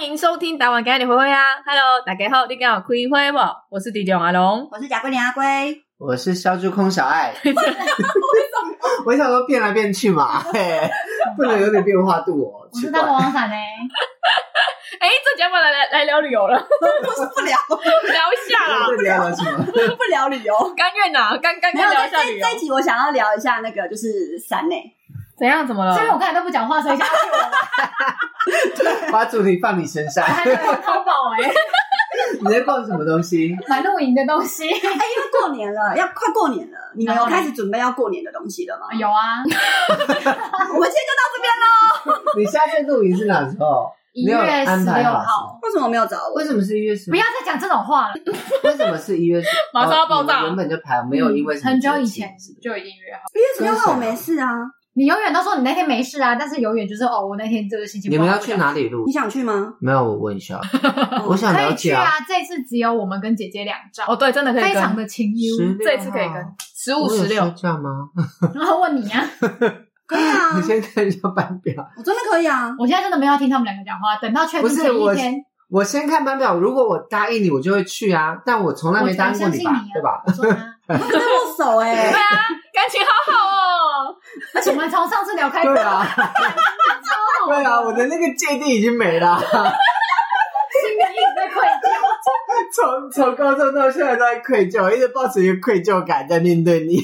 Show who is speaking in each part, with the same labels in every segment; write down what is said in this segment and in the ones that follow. Speaker 1: 迎收听台湾给你回回啊！Hello，大家好，你敢有开会不？我是迪琼阿龙，
Speaker 2: 我是贾桂林阿龟，
Speaker 3: 我是小猪空小 爱。我想说变来变去嘛，嘿，不能有点变化度哦。
Speaker 2: 我
Speaker 3: 奇
Speaker 2: 是
Speaker 3: 怪
Speaker 2: 大，魔王伞
Speaker 4: 欸
Speaker 2: 哎，
Speaker 1: 哎、这节目来来来聊旅游了，
Speaker 2: 不是不聊
Speaker 1: 聊一下啦，
Speaker 3: 这聊了什么？
Speaker 2: 不聊旅游，
Speaker 1: 甘愿呐，刚刚
Speaker 2: 没有
Speaker 1: 刚聊一
Speaker 2: 这
Speaker 1: 下旅
Speaker 2: 这
Speaker 1: 游
Speaker 2: 这，一集我想要聊一下那个就是伞哎，
Speaker 1: 怎样？怎么
Speaker 3: 嗯
Speaker 4: 虽然
Speaker 1: 了？
Speaker 4: 我刚才都不讲话，所以现在
Speaker 3: 把主题放你身 上，
Speaker 4: 还在逛淘宝 哎，
Speaker 3: 你在逛什么东西？
Speaker 4: 买露营的东西。
Speaker 2: 哎，因为过年了，要快过年了，你们
Speaker 4: 然
Speaker 2: 有
Speaker 4: 后呢
Speaker 2: 开始准备要过年的东西了吗？
Speaker 4: 有啊，
Speaker 2: 我们今天就到这边了，
Speaker 3: 你下次露营是哪时候？
Speaker 4: 一
Speaker 3: 没有
Speaker 4: 月
Speaker 3: 安
Speaker 4: 十
Speaker 3: 排
Speaker 4: 六
Speaker 3: 好
Speaker 4: 号。
Speaker 2: 为什么没有找我
Speaker 3: 为？什么是一月十？
Speaker 4: 不要再讲这种话了，
Speaker 3: 为什么是一月十？
Speaker 1: 马上要爆炸嗯
Speaker 3: 哦你们原本就排，没有因为什么
Speaker 4: 嗯很久
Speaker 3: 节
Speaker 4: 以
Speaker 3: 气
Speaker 4: 前就已经约好。
Speaker 2: 因为十六号我没事啊，
Speaker 4: 你永远都说你那天没事啊，但是永远就是哦，我那天这个心情
Speaker 3: 你
Speaker 4: 不好。
Speaker 3: 们要去哪里露
Speaker 2: 你？想去 吗？
Speaker 3: 没有，我问 一下，我想
Speaker 4: 可
Speaker 3: 了
Speaker 4: 以去
Speaker 3: 解啊。
Speaker 4: 啊，这次只有我们跟姐姐两张，
Speaker 1: 哦，对，真的可以
Speaker 4: 非
Speaker 1: 跟，
Speaker 4: 常的哦清
Speaker 3: 十
Speaker 4: 幽。
Speaker 3: 六
Speaker 1: 这次可以
Speaker 3: 号啊
Speaker 1: 跟十
Speaker 3: 我
Speaker 1: 五、
Speaker 3: 有
Speaker 1: 十
Speaker 3: 休
Speaker 1: 六，
Speaker 3: 假吗？
Speaker 4: 然后问你啊，
Speaker 2: 可以啊
Speaker 1: 嗯
Speaker 3: 你，先看一下班表。
Speaker 2: 我真的可以 啊。
Speaker 4: 我现在真的没有要听他们两个讲话，等到确
Speaker 3: 不
Speaker 4: 定
Speaker 3: 是
Speaker 4: 前
Speaker 3: 我
Speaker 4: 一天，
Speaker 3: 我先看班表，如果我答应你，我就会去啊。但我从来没答应过
Speaker 4: 相信
Speaker 3: 你
Speaker 4: 你
Speaker 3: 吧
Speaker 4: 啊，
Speaker 3: 对 吧？？
Speaker 4: 我说 啊
Speaker 2: 我真的握手哎、
Speaker 1: 对啊，感情好好哦，
Speaker 4: 而且我们从上次聊开头
Speaker 3: 对，啊，对啊，我的那个芥蒂已经没了。
Speaker 4: 心里一直在愧
Speaker 3: 从
Speaker 4: 疚。
Speaker 3: 从高中到现在都在愧疚，一直抱持一个愧疚感在面对你。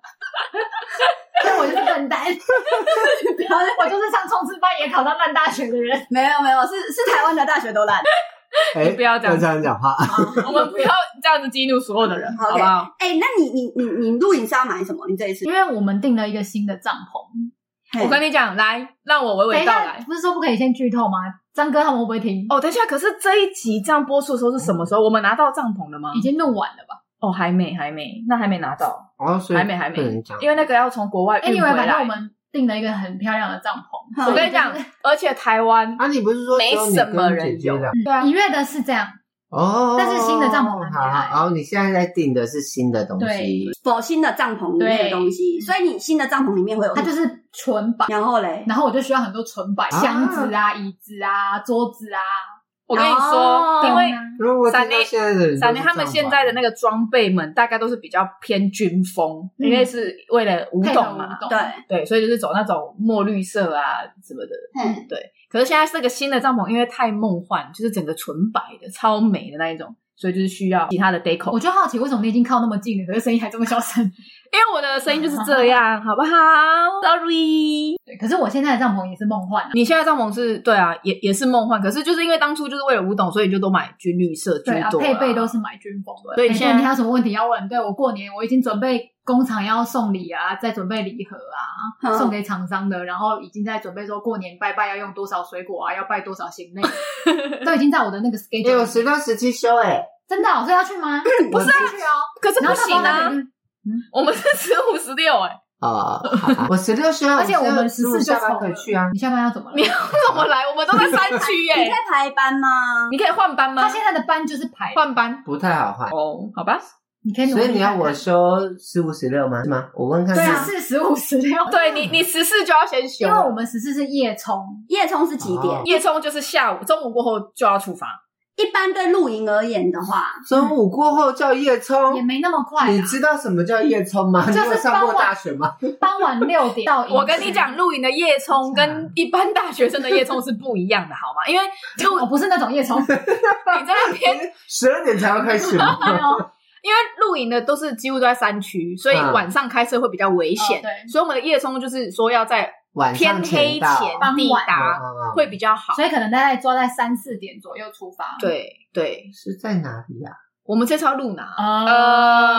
Speaker 4: 所以我就是笨蛋，然后我就是上冲刺班也考上烂大学的人。
Speaker 2: 没有没有，是是台湾的大学都烂。
Speaker 3: 哎，
Speaker 1: 不要这样
Speaker 3: 这样讲话。
Speaker 1: 我们不要这样子激怒所有的人，
Speaker 2: 好
Speaker 1: 好不好？
Speaker 2: 哎、那你你你你录影是要买什么？你这一次
Speaker 4: 因为我们订了一个新的帐篷。
Speaker 1: 我跟你讲，来，让我娓
Speaker 4: 等
Speaker 1: 娓
Speaker 4: 一
Speaker 1: 道
Speaker 4: 下
Speaker 1: 来，。
Speaker 4: 不是说不可以先剧透吗？张哥他们会不会听？
Speaker 1: 哦，等一下，可是这一集这样播出的时候是什么时候？我们拿到帐篷了吗
Speaker 4: 已？经弄完了吧？
Speaker 1: 哦，还没，还没，那还没拿到，
Speaker 3: 哦，所以
Speaker 1: 还没，还没
Speaker 3: 不能讲，，
Speaker 1: 因为那个要从国外
Speaker 4: 哎，
Speaker 1: 运
Speaker 4: 你以
Speaker 1: 回
Speaker 4: 为反正我
Speaker 1: 来。
Speaker 4: 们订了一个很漂亮的帐篷。
Speaker 2: 嗯
Speaker 1: 我跟你讲，而且台湾
Speaker 4: 哦
Speaker 3: 啊，你不是说
Speaker 1: 没
Speaker 3: 只有你
Speaker 1: 什么
Speaker 3: 跟
Speaker 1: 人
Speaker 3: 姐姐
Speaker 1: 有
Speaker 3: 两
Speaker 1: 对啊
Speaker 4: 一月的是这样，
Speaker 3: 哦，
Speaker 4: 但是新的帐篷还没
Speaker 3: 好
Speaker 4: 来
Speaker 3: 好，哦，你现在在订的是新的东西
Speaker 4: 对，
Speaker 2: 否新的帐篷里面的东西，所以你新的帐篷里面会有
Speaker 4: 它就是纯摆，
Speaker 2: 然后嘞，
Speaker 4: 然后我就需要很多纯摆，
Speaker 3: 啊
Speaker 4: 箱子啊、椅子啊、桌子啊。
Speaker 1: 我跟你说，
Speaker 2: 哦
Speaker 1: 因
Speaker 4: 嗯
Speaker 1: 为
Speaker 3: 如果我听
Speaker 1: 闪
Speaker 3: 到
Speaker 1: 电
Speaker 3: 现在的人，
Speaker 1: 闪电他们现在的那个装备们，大概都是比较偏军风，
Speaker 4: 嗯
Speaker 1: 因为是为了舞
Speaker 4: 配合
Speaker 1: 动
Speaker 4: 舞
Speaker 1: 嘛，
Speaker 4: 动
Speaker 2: 对，
Speaker 1: 对，所以就是走那种墨绿色啊什么的。
Speaker 2: 嗯，
Speaker 1: 对，可是现在这个新的帐篷，因为太梦幻，就是整个纯白的、超美的那一种，所以就是需要其他的 deco
Speaker 4: 我。就好奇为什么你已经靠那么近了，可是声音还这么小声。
Speaker 1: 因为我的声音就是这样，好不好？Sorry，
Speaker 4: 对，可是我现在的帐篷也是梦幻啊，
Speaker 1: 你现在帐篷是对啊，也也是梦幻，可是就是因为当初就是为了舞懂，所以你就都买军绿色居
Speaker 4: 对啊，
Speaker 1: 多、
Speaker 4: 配备都是买军风的。
Speaker 1: 所以
Speaker 4: 哎
Speaker 1: 你现在
Speaker 4: 你还有什么问题要问？对我过年我已经准备工厂要送礼啊，在准备礼盒啊，
Speaker 2: 嗯
Speaker 4: 送给厂商的，然后已经在准备说过年拜拜要用多少水果啊，要拜多少行类， 都已经在我的那个
Speaker 3: 也有
Speaker 4: schedule 里。
Speaker 3: 十六、十七休哎，
Speaker 4: 真的哦、所以要去 吗？不是要去哦。
Speaker 1: 可是
Speaker 4: 然
Speaker 1: 啊不
Speaker 4: 后他
Speaker 1: 行
Speaker 4: 帮他
Speaker 1: 啊
Speaker 4: 们，
Speaker 1: 我们是十五十六 哎，
Speaker 3: 哦，好吧我十六休，
Speaker 4: 而且我们
Speaker 3: 十
Speaker 4: 十
Speaker 3: 五
Speaker 4: 四就
Speaker 3: 下班
Speaker 4: 走
Speaker 3: 可
Speaker 4: 了
Speaker 3: 以去啊。
Speaker 4: 你下班要怎么了
Speaker 1: 你？怎么来？我们都在山区
Speaker 2: 你
Speaker 1: 哎、
Speaker 2: 可以排班吗？
Speaker 1: 你可以换班吗
Speaker 4: 他？现在的班就是排，
Speaker 1: 换班
Speaker 3: 不太好换，
Speaker 1: 哦，好吧。
Speaker 4: 你可以努
Speaker 3: 所
Speaker 4: 力
Speaker 3: 以你要
Speaker 4: 看看
Speaker 3: 我休十五、十六吗？是吗？我问看
Speaker 2: 对啊
Speaker 3: 看。
Speaker 4: 十四、十五、十六，
Speaker 1: 对你，你十四就要先休
Speaker 4: 因为，我们十四是夜冲，
Speaker 2: 夜冲是几点？
Speaker 3: 哦
Speaker 1: 夜冲就是下午，中午过后就要出发。
Speaker 2: 一般对露营而言的话，
Speaker 3: 中午过后叫夜
Speaker 4: 也
Speaker 3: 冲，
Speaker 4: 没那么快啊
Speaker 3: 你
Speaker 4: 啦。
Speaker 3: 知道什么叫夜冲吗？
Speaker 4: 嗯就
Speaker 3: 你
Speaker 4: 是
Speaker 3: 有上过
Speaker 4: 傍晚
Speaker 3: 大学吗？
Speaker 4: 傍晚六点到营区，
Speaker 1: 我跟你讲，露营的夜冲
Speaker 4: 啊
Speaker 1: 跟一般大学生的夜冲是不一样的，好吗？因为露
Speaker 4: 哦我不是那种 夜冲，
Speaker 1: 你在那边
Speaker 3: 十二点才要开始吗？
Speaker 4: 没有
Speaker 1: 因为露营的都是几乎都在山区，所以
Speaker 3: 嗯
Speaker 1: 晚上开车会比较危险。
Speaker 4: 哦对
Speaker 1: 所以我们的夜冲就是说要在
Speaker 3: 晚
Speaker 1: 天
Speaker 3: 上
Speaker 1: 黑前
Speaker 3: 到哦
Speaker 4: 傍
Speaker 1: 抵
Speaker 4: 晚
Speaker 1: 达，会比较好。
Speaker 4: 所以可能大概抓在三四点左右出发。，
Speaker 1: 对对，
Speaker 3: 是在哪里啊？
Speaker 1: 我们这次要露哪？
Speaker 4: 呃，
Speaker 1: 呃，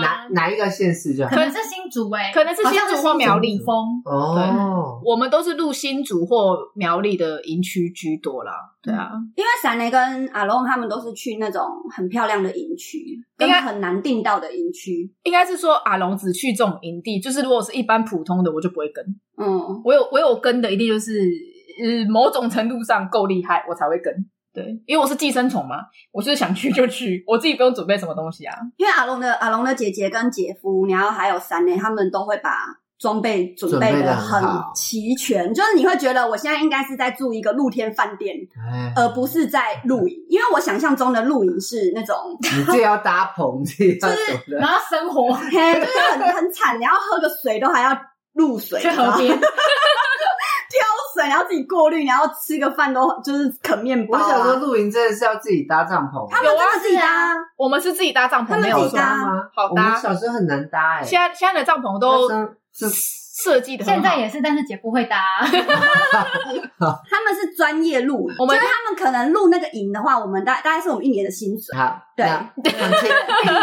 Speaker 3: 哪哪一个县市就好
Speaker 4: 可？能是新竹哎，
Speaker 1: 可能是
Speaker 4: 好像
Speaker 1: 新竹或苗栗
Speaker 4: 新竹峰，
Speaker 3: 哦，
Speaker 1: 我们都是露新竹或苗栗的营区居多啦。对啊，
Speaker 2: 因为闪雷跟阿龙他们都是去那种很漂亮的营区，
Speaker 1: 应
Speaker 2: 跟
Speaker 1: 该
Speaker 2: 很难订到的营区。
Speaker 1: 应该是说阿龙只去这种营地，就是如果是一般普通的，我就不会跟。
Speaker 2: 嗯，
Speaker 1: 我有我有跟的，一定就是呃某种程度上够厉害，我才会跟。对，因为我是寄生虫嘛，我就是想去就去， 我自己不用准备什么东西啊。
Speaker 2: 因为阿龙的阿龙的姐姐跟姐夫，然后还有闪雷，他们都会把装备准备的很齐全，就是你会觉得我现在应该是在住一个露天饭店，
Speaker 3: 哎，
Speaker 2: 而呃不是在露营，因为我想象中的露营是那种，
Speaker 3: 你这要搭棚，这要什么的？
Speaker 4: 然后生活
Speaker 2: 嘿，就是很 很惨，你要喝个水都还要露水，
Speaker 4: 去河边，
Speaker 2: 水，然后自己过滤，然后吃个饭都就是啃面包、
Speaker 3: 我
Speaker 2: 啊。
Speaker 3: 想说，露营真的是要自己搭帐篷，啊
Speaker 2: 他们真的自己搭，
Speaker 1: 我们是自己搭帐
Speaker 2: 他
Speaker 1: 篷，
Speaker 2: 们
Speaker 1: 没
Speaker 2: 自
Speaker 1: 有
Speaker 2: 己
Speaker 1: 错。
Speaker 2: 搭
Speaker 3: 吗？
Speaker 1: 好
Speaker 3: 我们
Speaker 1: 搭
Speaker 3: 小时候很难搭哎，
Speaker 1: 现在现在的帐篷都
Speaker 3: 是
Speaker 1: 设计的，
Speaker 4: 现在也是，但是姐不会搭，
Speaker 2: 他们是专业露营，
Speaker 1: 我们
Speaker 2: 就是他们可能露那个营的话，我们大大概是我们一年的薪水。
Speaker 3: 好，
Speaker 2: 对
Speaker 3: 那放弃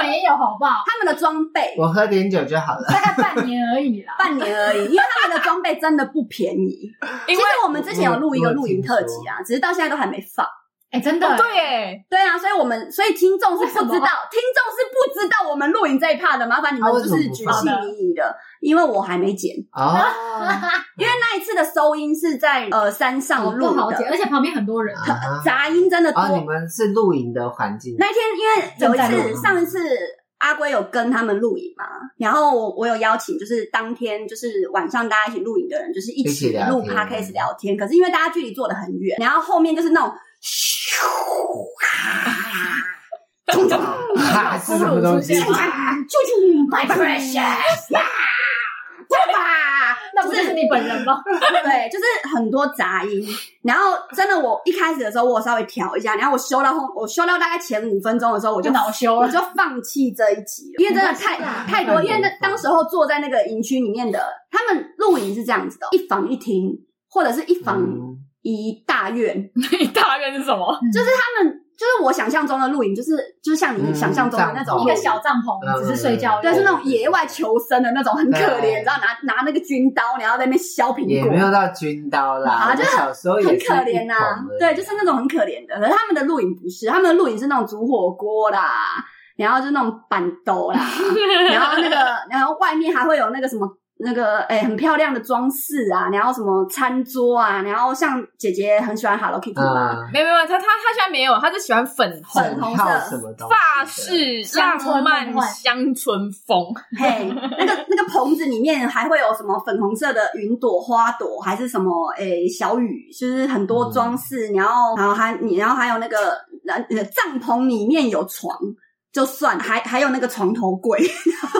Speaker 4: 没有好不好？
Speaker 2: 他们的装备
Speaker 3: 我喝点酒就好了。
Speaker 4: 大概半年而已 啦。
Speaker 2: 半年而已，因为他们的装备真的不便宜。
Speaker 1: 因
Speaker 2: 其
Speaker 1: 为
Speaker 2: 实我们之前有录一个露营特辑啊，只是到现在都还没放。
Speaker 4: 哎，真的
Speaker 1: 哦，对 耶，
Speaker 2: 对啊，所以我们所以听众是不知道，
Speaker 4: 为
Speaker 2: 听众
Speaker 4: 什么
Speaker 2: 是不知道我们露营这一趴的，麻烦你们
Speaker 3: 啊为
Speaker 2: 就
Speaker 3: 什么
Speaker 2: 是
Speaker 3: 不
Speaker 2: 举
Speaker 3: 放
Speaker 2: 细迷疑的，因为我还没剪。
Speaker 3: 哦，
Speaker 2: 因为那一次的收音是在呃山
Speaker 4: 哎我
Speaker 2: 上
Speaker 4: 哦不
Speaker 2: 录
Speaker 4: 好
Speaker 2: 的
Speaker 4: 解，，而且旁边很多人，
Speaker 3: 啊
Speaker 2: 杂音真的多。
Speaker 3: 哦，你们是露营的环境，
Speaker 2: 那一天因为有
Speaker 4: 正
Speaker 3: 在
Speaker 2: 一
Speaker 3: 录
Speaker 2: 次，上一次阿龟有跟他们露营嘛，然后我我有邀请，就是当天就是晚上大家一起露营的人，就是一
Speaker 3: 一起
Speaker 2: 起
Speaker 3: 聊
Speaker 2: 录
Speaker 3: 天
Speaker 2: podcast 聊天。可是因为大家距离坐的很远，然后后面就是那种咻啊，冲冲
Speaker 3: 哈啊是什么东西？
Speaker 4: 出现了
Speaker 2: 啊，啾啾，my precious 啊，对吧？
Speaker 4: 那不就是你本人吗？
Speaker 2: 对，就是很多杂音。然后真的，我一开始的时候我有稍微调一下，然后我修到后，我修到大概前五分钟的时候，我
Speaker 4: 我
Speaker 2: 就
Speaker 4: 就 恼羞
Speaker 2: 我
Speaker 4: 了。
Speaker 2: 就放弃这一集哦了，因为真的太太多。因为那当时候坐在那个营区里面的，他们露营是这样子的，哦一房一厅或者是一房
Speaker 3: 嗯
Speaker 2: 一大院，
Speaker 1: 你大概是什么？
Speaker 4: 就是
Speaker 2: 他们就是我想象中的露营，就是就是像你
Speaker 3: 嗯
Speaker 2: 想象中的那种
Speaker 3: 帐篷
Speaker 4: 一
Speaker 2: 露
Speaker 4: 个
Speaker 2: 营
Speaker 4: 小帐
Speaker 3: 嗯
Speaker 4: 篷，只是睡觉用。
Speaker 2: 对，是那种野外求生的那种，很可
Speaker 3: 对
Speaker 2: 怜，你知道，拿拿那个军刀，然后在那边削
Speaker 3: 也
Speaker 2: 苹果
Speaker 3: 没，有到军刀啦，
Speaker 2: 啊
Speaker 3: 我
Speaker 2: 就是
Speaker 3: 小时候也
Speaker 2: 很
Speaker 3: 是
Speaker 2: 可
Speaker 3: 一
Speaker 2: 怜呐、
Speaker 3: 桶而已
Speaker 2: 对，就是那种很可怜的。可是他们的露营不是，他们的露营是那种煮火锅啦，然后就是那种板斗 啦，然后那个，然后外面还会有那个什么。那个诶、很漂亮的装饰啊，然后什么餐桌啊，然后像姐姐很喜欢 Hello Kitty 嘛，
Speaker 3: 啊，
Speaker 1: 没有没有，他他他现在没有，他就喜欢粉红
Speaker 2: 粉红色
Speaker 3: 套什么东西的
Speaker 1: 法式
Speaker 4: 乡村
Speaker 1: 浪漫
Speaker 4: 梦幻
Speaker 1: 乡村风，
Speaker 2: 嘿，那个那个棚子里面还会有什么粉红色的云朵、花朵，还是什么诶、小雨，就是很
Speaker 4: 嗯
Speaker 2: 多装饰。然后，然后还你，然后还有那个呃呃帐篷里面有床，就算还还有那个床头柜， 然后跟
Speaker 4: 还有化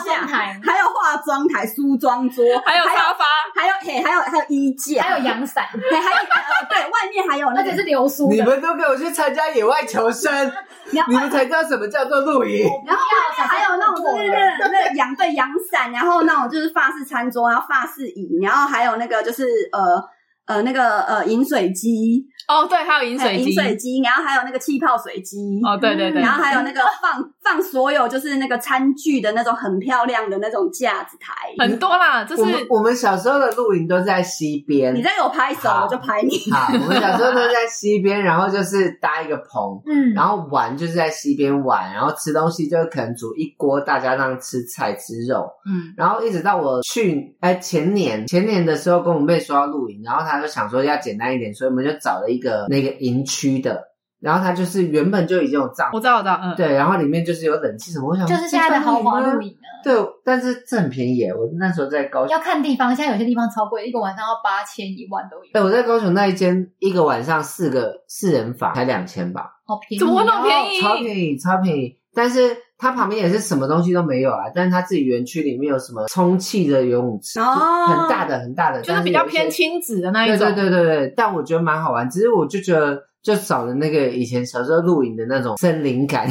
Speaker 2: 床架
Speaker 4: 妆，台，
Speaker 2: 还有化妆台、梳妆桌，
Speaker 1: 还有沙发，
Speaker 2: 还有嘿，还有还有衣架，
Speaker 4: 还有阳伞，
Speaker 2: 嘿还有呃对，外面还有那
Speaker 4: 而
Speaker 2: 个
Speaker 4: 且是流苏
Speaker 3: 你
Speaker 4: 的。
Speaker 3: 们都给我去参加野外求生，
Speaker 2: 你要
Speaker 3: 你们才知道什么叫做露营。
Speaker 2: 然后外 面还有那种就
Speaker 4: 我不
Speaker 2: 是
Speaker 4: 要
Speaker 2: 那个那个阳对阳伞，然后那种就是法式餐桌，然后法式椅，然后还有那个就是呃呃那个呃饮水机，
Speaker 1: 哦对，还有饮
Speaker 2: 还
Speaker 1: 水
Speaker 2: 有饮
Speaker 1: 机，
Speaker 2: 水机，然后还有那个气泡水机。嗯
Speaker 1: 哦对对对，
Speaker 2: 然后还有那个放放所有就是那个餐具的那种很漂亮的那种架子台，
Speaker 1: 很多啦，就
Speaker 3: 我们
Speaker 1: 是
Speaker 3: 我们小时候的露营都是在溪边
Speaker 2: 你，再给我拍手
Speaker 3: 好
Speaker 2: 我就拍 你。
Speaker 3: 好，我们小时候都是在溪边，然后就是搭一个棚，
Speaker 4: 嗯，
Speaker 3: 然后玩就是在溪边玩，然后吃东西就可能煮一锅，大家让吃菜吃肉，
Speaker 1: 嗯，
Speaker 3: 然后一直到我去哎前年前年的时候，跟我妹说要露营，然后她就想说要简单一点，所以我们就找了一个那个营区的，然后它就是原本就已经有帐
Speaker 1: 我
Speaker 3: 篷，
Speaker 1: 知道我知道，嗯，
Speaker 3: 对，然后里面就是有冷气什么，我想
Speaker 4: 嗯就是现在的豪华露
Speaker 3: 营，
Speaker 4: 营啊。
Speaker 3: 对，但是这很便宜耶，我那时候在高雄，
Speaker 4: 要看地方，现在有些地方超贵，一个晚上要八千一万都
Speaker 3: 哎
Speaker 4: 有，
Speaker 3: 我在高雄那一间一个晚上四个四人房才两千吧，
Speaker 4: 好便宜、哦，
Speaker 1: 怎么会那么便宜
Speaker 3: 超便宜，超便宜。但是它旁边也是什么东西都没有啊，但是它自己园区里面有什么充气的游泳池，
Speaker 2: 哦
Speaker 3: 就很大的很大的，
Speaker 1: 就是
Speaker 3: 但
Speaker 1: 比较
Speaker 3: 有一些
Speaker 1: 偏亲子的那一
Speaker 3: 对
Speaker 1: 种，
Speaker 3: 对对对对，但我觉得蛮好玩，只是我就觉得就少了那个以前小时候露营的那种森林感，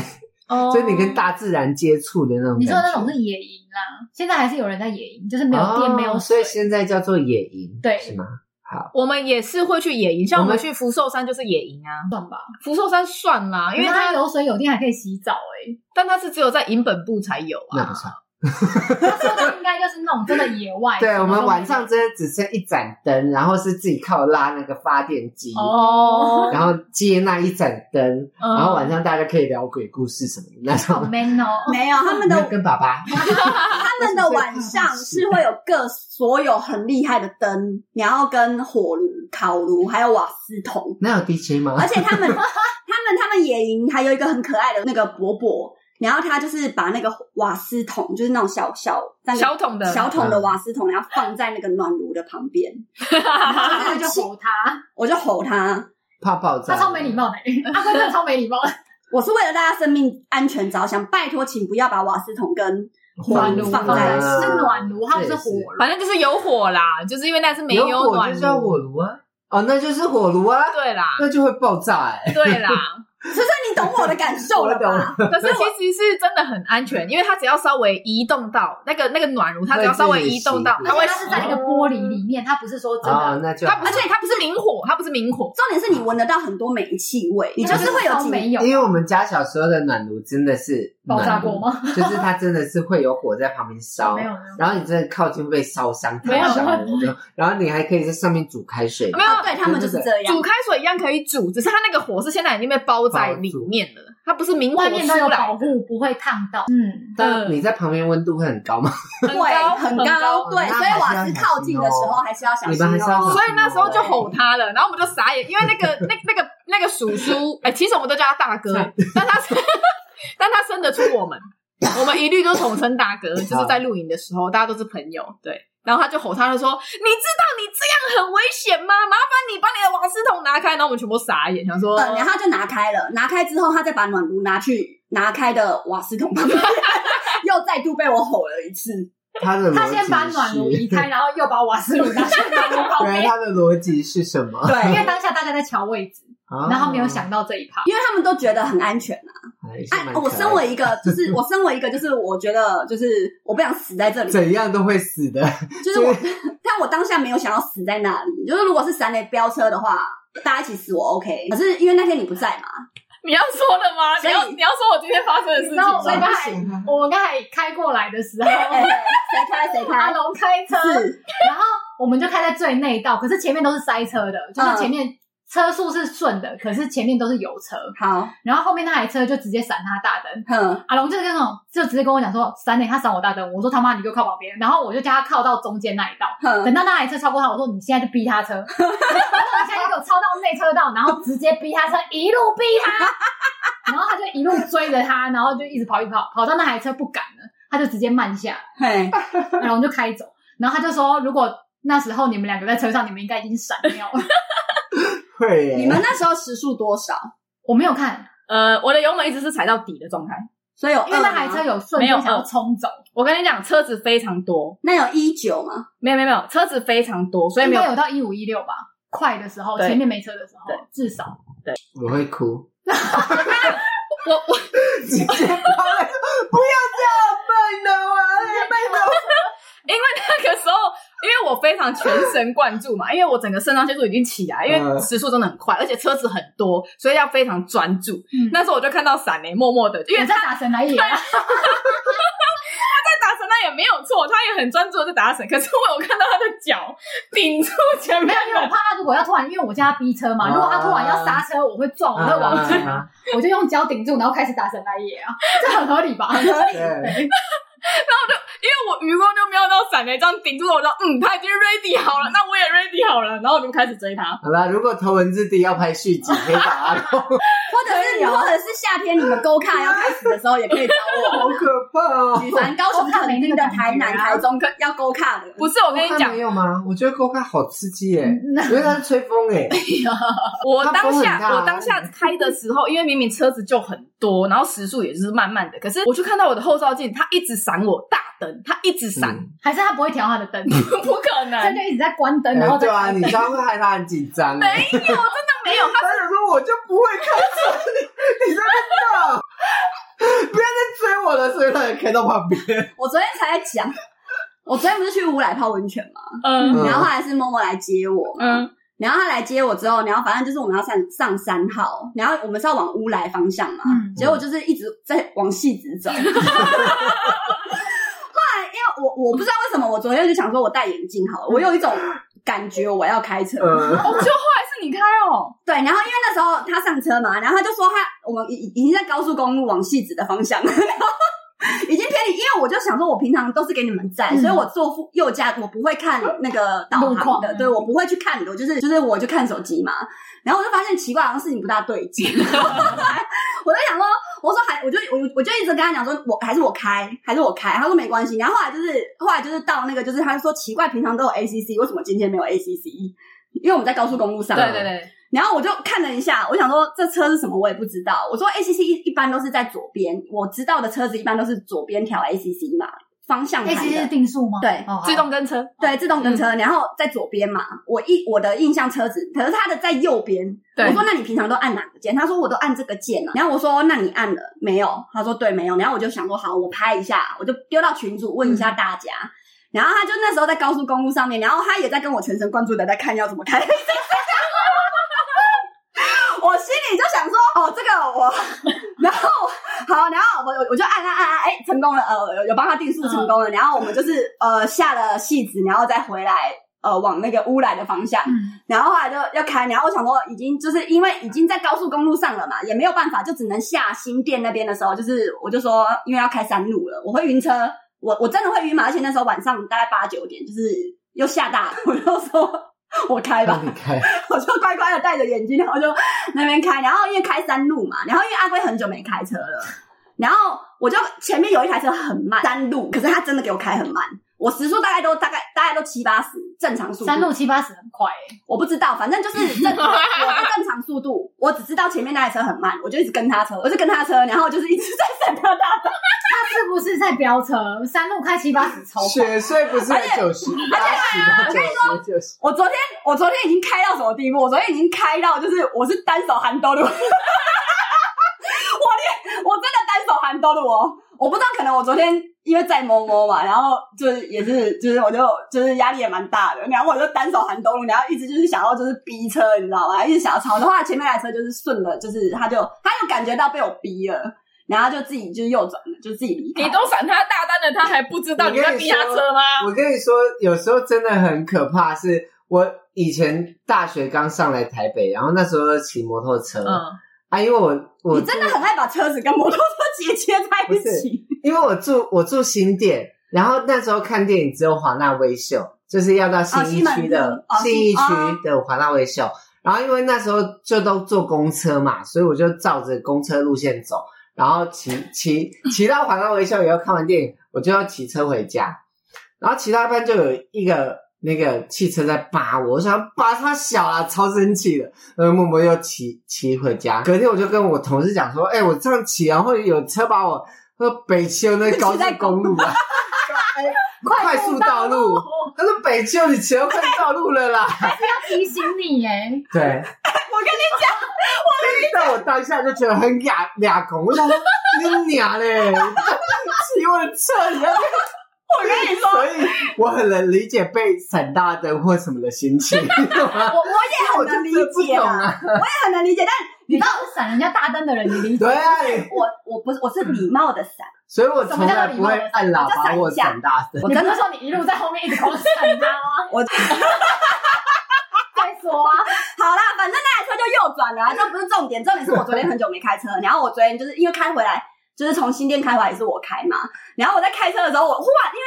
Speaker 1: 哦
Speaker 3: 所以你跟大自然接触的那种感觉。
Speaker 4: 你说的那种是野营啦，现在还是有人在野营，就是没有电、
Speaker 3: 哦
Speaker 4: 没有
Speaker 3: 所
Speaker 4: 水
Speaker 3: 以，现在叫做野营，
Speaker 4: 对
Speaker 3: 是吗？
Speaker 1: 我们也是会去野营，像我
Speaker 3: 我
Speaker 1: 们
Speaker 3: 们
Speaker 1: 去福寿山就是野营啊，
Speaker 4: 算吧，
Speaker 1: 福寿山算啦，因为
Speaker 3: 啊
Speaker 4: 它
Speaker 1: 它
Speaker 4: 有水有电还可以洗澡、 欸，
Speaker 1: 但它是只有在营本部才有
Speaker 3: 那
Speaker 1: 啊
Speaker 3: 不，算。
Speaker 4: 哎，他说的应该就是那种真的野外，
Speaker 3: 对
Speaker 4: 什
Speaker 3: 我
Speaker 4: 么都没有
Speaker 3: 们晚上真的只剩一盏灯，然后是自己靠拉那个发电机，
Speaker 1: 哦，
Speaker 3: 然后接那一盏灯，
Speaker 1: 然
Speaker 3: 然后晚上大家可以聊鬼故事什么的那
Speaker 4: 嗯好
Speaker 3: 种。
Speaker 4: man 哦，
Speaker 2: 没有，他们的
Speaker 3: 那跟爸爸，
Speaker 2: 他们的晚上是会有各所有很厉害的灯，然后跟火炉、烤炉，还有瓦斯桶。
Speaker 3: 那有 DJ 吗
Speaker 2: 而？且他们他们他们野营还有一个很可爱的那个伯伯，然后他就是把那个瓦斯桶，就是那种小小那个
Speaker 1: 小桶的
Speaker 2: 小
Speaker 3: 嗯
Speaker 2: 桶的瓦斯桶，然后放在那个暖炉的旁边，
Speaker 4: 然后就吼他，
Speaker 2: 我就吼他，
Speaker 3: 怕爆炸，
Speaker 4: 他超没礼貌的， 阿坤真的超没礼貌的。
Speaker 2: 我是为了大家生命安全着想，拜托，请不要把瓦斯桶跟
Speaker 3: 暖
Speaker 2: 火
Speaker 3: 炉
Speaker 2: 放
Speaker 3: 放
Speaker 2: 在
Speaker 3: 在
Speaker 2: 一
Speaker 3: 一
Speaker 2: 起
Speaker 3: 起。
Speaker 4: 是暖炉，它不是
Speaker 3: 这也
Speaker 4: 火
Speaker 3: 是
Speaker 4: 炉。
Speaker 1: 反正就是有火啦，就是因为那是没
Speaker 3: 有火
Speaker 1: 暖
Speaker 3: 就叫
Speaker 1: 炉，
Speaker 3: 火炉啊，哦，那就是火炉啊，
Speaker 1: 对啦，
Speaker 3: 那就会爆炸 哎、
Speaker 1: 对 啦。
Speaker 2: 你懂我的感受了
Speaker 3: 我
Speaker 2: 吧？
Speaker 1: 可是其实是真的很安全，因为它只要稍微移动到那个那个暖炉，它只要稍微移动到，
Speaker 3: 会自己
Speaker 1: 它会哦
Speaker 4: 而且它是在那个玻璃里面，它不是说真
Speaker 3: 啊，
Speaker 4: 的，
Speaker 3: 那就
Speaker 1: 它不是它不是明火，它不是明火，
Speaker 2: 重点是你闻得到很多煤气味，你就是会有
Speaker 4: 超
Speaker 2: 几
Speaker 4: 没有
Speaker 3: 因为我们家小时候的暖炉真的是
Speaker 4: 爆炸
Speaker 3: 暖炉
Speaker 4: 过？吗？
Speaker 3: 就是它真的是会有火在旁边烧
Speaker 4: 没，有没有。
Speaker 3: 然后你真的靠近被烧伤，
Speaker 1: 没有
Speaker 3: 烫伤了 然后你还可以在上面煮开水，
Speaker 1: 没有
Speaker 2: 啊对他们就是这样
Speaker 1: 煮。开水一样可以煮，只是它那个火是现在已经被包在里面了，它不是明火
Speaker 4: 外面都有
Speaker 1: 出来
Speaker 4: 保护，不会烫到。嗯，
Speaker 3: 但你在旁边温度会很高吗？
Speaker 1: 很
Speaker 2: 会
Speaker 1: 高
Speaker 2: 很
Speaker 1: 高。
Speaker 2: 高，对，
Speaker 3: 那
Speaker 2: 所以瓦斯靠近的时候还是要小
Speaker 3: 哦你
Speaker 2: 心
Speaker 3: 们还是要
Speaker 2: 哦
Speaker 3: 小。
Speaker 1: 所以那时候就吼他了，然后我们就傻眼，因为那个 那那个那个叔叔，哎、其实我们都叫他大 哥，但他但他生得出我们，我们一律都统称 大哥，就是在露营的时候，大家都是朋友，对。然后他就吼他，就说：“你知道你这样很危险吗？麻烦你把你的瓦斯桶拿开。”然后我们全部傻眼，想
Speaker 3: 哦
Speaker 1: 说：“
Speaker 2: 嗯，然后他就拿开了，拿开之后，他再把暖炉拿去拿开的瓦斯桶旁边， 又再度被我吼了一次。
Speaker 3: 它的
Speaker 4: 他先把暖炉
Speaker 3: 逻
Speaker 4: 移
Speaker 3: 辑是，
Speaker 4: 开，然后又把瓦斯炉拿去暖炉 旁
Speaker 3: 对，
Speaker 4: 边。
Speaker 3: 它的逻辑是什么？
Speaker 2: 对，
Speaker 4: 因
Speaker 2: 因
Speaker 4: 为
Speaker 2: 为
Speaker 4: 当下大家在瞧位置，
Speaker 3: 啊
Speaker 4: 然后没有，想到这一趴。
Speaker 2: 因为他们都觉得很安全啊。
Speaker 3: 还是
Speaker 2: 哎，
Speaker 3: 蛮可爱的
Speaker 2: 我身为一个，就是 我身为一个，就是我觉得，就是我不想死在这里，
Speaker 3: 怎样都会死的，
Speaker 2: 就是我， 但我当下没有想要死在那里。就是如果是闪雷飙车的话，大家一起死我 OK。可是因为那天你不在嘛，
Speaker 1: 你要说的吗？你
Speaker 2: 所以
Speaker 1: 要你要说我今天发生的事情
Speaker 4: 然后我们
Speaker 1: 吗
Speaker 4: 刚才
Speaker 1: 啊
Speaker 4: 我们刚才开过来的时候，
Speaker 2: 哎、谁开谁
Speaker 4: 阿
Speaker 2: 开，
Speaker 4: 龙开车，
Speaker 2: 是
Speaker 4: 然后我们就开在最内道，可是前面都是塞车的，
Speaker 1: 嗯
Speaker 4: 就是前面车速是顺的，可是前面都是油车，
Speaker 2: 好，
Speaker 4: 然后后面那台车就直接闪他大灯。
Speaker 2: 哼，
Speaker 4: 阿龙就是那种，就直接跟我讲说闪你，他闪我大灯，我说他妈你给我靠旁边，然后我就叫他靠到中间那一道，
Speaker 2: 哼
Speaker 4: 等到那台车超过他，我说你现在就逼他车， 然后你现在就给我超到内车道，然后直接逼他车，一路逼他， 然后他就一路追着他，然后就一直跑，一直跑，跑到那台车不敢了，他就直接慢下 来，
Speaker 2: 嘿，
Speaker 4: 然后我们就开走，然后他就说如果那时候你们两个在车上，你们应该已经闪掉了，
Speaker 3: 会耶
Speaker 2: 你们那时候时速多少？
Speaker 4: 我没有看，
Speaker 1: 呃，我的油门一直是踩到底的状态。
Speaker 2: 所以有
Speaker 4: 因为
Speaker 2: 二
Speaker 4: 那
Speaker 2: 吗
Speaker 4: 台车有瞬
Speaker 1: 没有
Speaker 4: 间想要
Speaker 1: 二
Speaker 4: 冲走，
Speaker 1: 我跟你讲，车子非常多，
Speaker 2: 那有一九吗？
Speaker 1: 没有没有没有，车子非常多，所以
Speaker 4: 应
Speaker 1: 没有
Speaker 4: 该有到一五一六吧。快的时候，
Speaker 1: 对
Speaker 4: 前面没车的时候
Speaker 1: 对，
Speaker 4: 至少
Speaker 3: 我会哭，
Speaker 1: 我我
Speaker 3: 直接跑来说不要这样笨的我
Speaker 1: 因为 那个时候，因为我非常全神贯注嘛，因为我整个肾上腺素已经起来，因为
Speaker 3: 嗯
Speaker 1: 时速真的很快，而且车子很多，所以要非常专注。
Speaker 4: 嗯
Speaker 1: 那时候我就看到闪雷默默的，因为
Speaker 4: 你
Speaker 1: 他
Speaker 4: 在打神来也，
Speaker 1: 在打神，那也没有错，他也很专注的在打神。可是我有看到他的脚顶住前
Speaker 4: 没
Speaker 1: 面
Speaker 4: 有，因为我
Speaker 1: 的，
Speaker 4: 怕他如果要突然，因为我家逼车嘛，
Speaker 3: 啊
Speaker 4: 如果他突然要刹车，我会撞，我会往前
Speaker 3: 啊
Speaker 4: 啊，我就用脚顶住，然后开始打神来也啊， 这很合理吧？
Speaker 3: 对，
Speaker 1: 因为我余光就瞄到闪雷这样顶住了，我就嗯，他已经 ready 好了，那我也 ready 好了，然后我就开始追他。
Speaker 3: 好啦，如果头文字 D 要拍续集，可以啊把阿龙，
Speaker 2: 或者
Speaker 4: 可以
Speaker 2: 是
Speaker 4: 哦
Speaker 2: 或者是夏天你们勾卡要开始的时候，也可以找
Speaker 3: 好可怕
Speaker 2: 我。
Speaker 3: 哦！
Speaker 2: 举凡高雄、垦丁的、台南、
Speaker 4: 勾卡
Speaker 2: 台中跟要勾卡的，
Speaker 1: 不是我跟你
Speaker 3: 看
Speaker 1: 讲
Speaker 3: 没，有吗？我觉得勾卡好刺激耶，
Speaker 4: 嗯
Speaker 3: 因为它是吹风哎，
Speaker 1: 我
Speaker 3: 它
Speaker 1: 当
Speaker 3: 风很
Speaker 1: 下
Speaker 3: 大啊
Speaker 1: 我当下开的时候，因为明明车子就很多，然后时速也就是慢慢的，可是我就看到我的后照镜，它一直闪我大灯，它一直闪，
Speaker 3: 嗯
Speaker 4: 还是他不会调他的灯，
Speaker 1: 不可能，
Speaker 4: 他就一直在关灯，然后
Speaker 3: 哎
Speaker 4: 再
Speaker 3: 对啊，
Speaker 4: 开
Speaker 3: 你
Speaker 4: 灯
Speaker 3: 这样会害他很紧张。
Speaker 1: 没有，真的没有，它
Speaker 3: 他想说我就不会开车，你你在那闹，不要再追我了，所以他也开到旁边。
Speaker 2: 我昨天才在讲，我昨天不是去乌来泡温泉嘛，
Speaker 1: 嗯
Speaker 3: 嗯
Speaker 2: 然后后来是默默来接我，嗯，
Speaker 1: 嗯
Speaker 2: 然后他来接我之后，然后反正就是我们要上上三号，然后我们是要往乌来方向嘛，
Speaker 4: 嗯
Speaker 2: 结果就是一直在往戏子走。后来因为我我不知道为什么，我昨天就想说我戴眼镜好了，我有一种感觉我要开车，
Speaker 3: 嗯，
Speaker 1: 哦，就后来是你开哦，
Speaker 2: 对，然后因为那时候他上车嘛，然后他就说他我们已已经在高速公路往戏子的方向， 然后已经偏离，因为我就想说，我平常都是给你们载，
Speaker 4: 嗯
Speaker 2: 所以我坐副右驾，我不会看那个导
Speaker 4: 路
Speaker 2: 航
Speaker 4: 况
Speaker 2: 的，
Speaker 4: 嗯
Speaker 2: 对我不会去看的，我就是就是我就 看手机嘛，然后我就发现奇怪，好像事情不大对劲，我就想说，我说还，我就我我就一直跟他讲说，我还是我开，还是我开。他说没关系。然后后来就是后来就是到那个就是他说奇怪，平常都有 ACC，为什么今天没有 ACC？因为我们在高速公路上。
Speaker 1: 对对对，
Speaker 2: 然后我就看了一下，我想说这车是什么，我也不知道。我说 ACC 一一般都是在左边，我知道的车子一般都是左边调 ACC 嘛，方向
Speaker 4: 哎，
Speaker 2: 盘
Speaker 4: 其实是
Speaker 2: 的。
Speaker 4: 定数吗？
Speaker 2: 对
Speaker 4: 哦好
Speaker 1: 自动跟车，
Speaker 2: 对，自动跟车，然后在左边嘛，我一我的印象车子，可是他的在右边。
Speaker 1: 对
Speaker 2: 我说那你平常都按哪个键？他说我都按这个键啊。然后我说那你按了没有？他说对，没有。然后我就想说好，我拍一下，我就丢到群组问一下大家。然后他就那时候在高速公路上面，然后他也在跟我全神贯注的在看要怎么开。 我心里就想说，哦，这个我， 然后好，然后我我我就按按按按，哎，成功了，呃，有有帮他定速成功了。然后我们就是呃下了戏子，然后再回来呃往那个乌来的方向。
Speaker 4: 嗯，
Speaker 2: 然后后来就要开，然后我想说，已经就是因为已经在高速公路上了嘛，也没有办法，就只能下新店那边的时候，就是我就说，因为要开山路了，我会晕车，我我真的会晕嘛，而且那时候晚上大概八九点，就是又下大雨，我就说我开吧
Speaker 3: 让，你开，
Speaker 2: 我就乖乖的戴着眼镜，然后就那边开，然后因为开山路嘛，然后因为阿龟很久没开车了，然后我就前面有一台车很慢，山路，可是他真的给我开很慢，我时速大概都大概大概都七八十，正常速度，
Speaker 4: 三路七八十很快哎，
Speaker 2: 我不知道，反正就是正我的正常速度，我只知道前面那台车很慢，我就一直跟他车，我就跟他车，然后就是一直在 闪他大灯，
Speaker 4: 他是不是在飙车？三路开七八十超快，
Speaker 3: 雪穗不是九十八十九十九十，
Speaker 2: 我昨天我昨天已经开到什么地步？我昨天已经开到就是我是单手含兜的， 我连我真的单手含兜的哦，我不知道可能我昨天因为在摸摸嘛，然后就是也是就是我就就是压力也蛮大的，然后我就单手含兜路，然后一直就是想要就是逼车，你知道吗？一直想要超车，后来前面来车就是顺了，就是他就他就感觉到被我逼了，然后就自己就右转了，就自己离开。
Speaker 1: 你都闪他大单了，他还不知道你在逼他车吗？
Speaker 3: 我跟你说，有时候真的很可怕是。我以前大学刚上来台北，然后那时候骑摩托车、
Speaker 1: 嗯，
Speaker 3: 啊，因为我我
Speaker 2: 你真的很爱把车子 跟摩托车结接在一
Speaker 3: 不是
Speaker 2: 起。
Speaker 3: 因为我住我住新店，然后那时候看电影只有华纳微秀，就是要到新一
Speaker 2: 哦西
Speaker 3: 区的、
Speaker 2: 门的哦
Speaker 3: 新一区
Speaker 2: 哦
Speaker 3: 的华纳微秀。然后因为那时候就都坐公车嘛，所以我就照着公车路线走，然后骑骑骑到华纳微秀以后看完电影，我就要骑车回家。然后骑到一半就有一个那个汽车在扒我，我想扒他小啊，超生气的。然后默默又骑骑回家。隔天我就跟我同事讲说：“哎、我这样骑啊，会有车把我说北丘那高速公路 啊，哎快速道路。”他说：“北丘，你骑到快速道路了啦。
Speaker 4: 要提醒你哎，”
Speaker 3: 对，我跟你讲，我但我当下就觉得很哑哑口，我想说你娘嘞，骑我的车，你要
Speaker 2: 我跟你说，
Speaker 3: 所以我很能理解被闪大灯或什么的 心情，
Speaker 2: 我我也很能理解
Speaker 3: 我真的不懂
Speaker 2: 啊
Speaker 3: 啊，
Speaker 2: 我也很能理解，但
Speaker 4: 你到底是闪人家大灯的人，你理解
Speaker 3: 对啊，你
Speaker 2: 我我不是我是礼貌的 闪，
Speaker 3: 所以我从来不会按喇叭或闪大灯。
Speaker 4: 你不是说你一路在后面一直狂闪他吗？
Speaker 2: 我
Speaker 4: 再说啊，
Speaker 2: 好啦，反正那台车就右转了啊，这不是重点，重点是我昨天很久没开车，然后我昨天就是因为开回来，就是从新店开回来也是我开嘛，然后我在开车的时候，我忽然因为。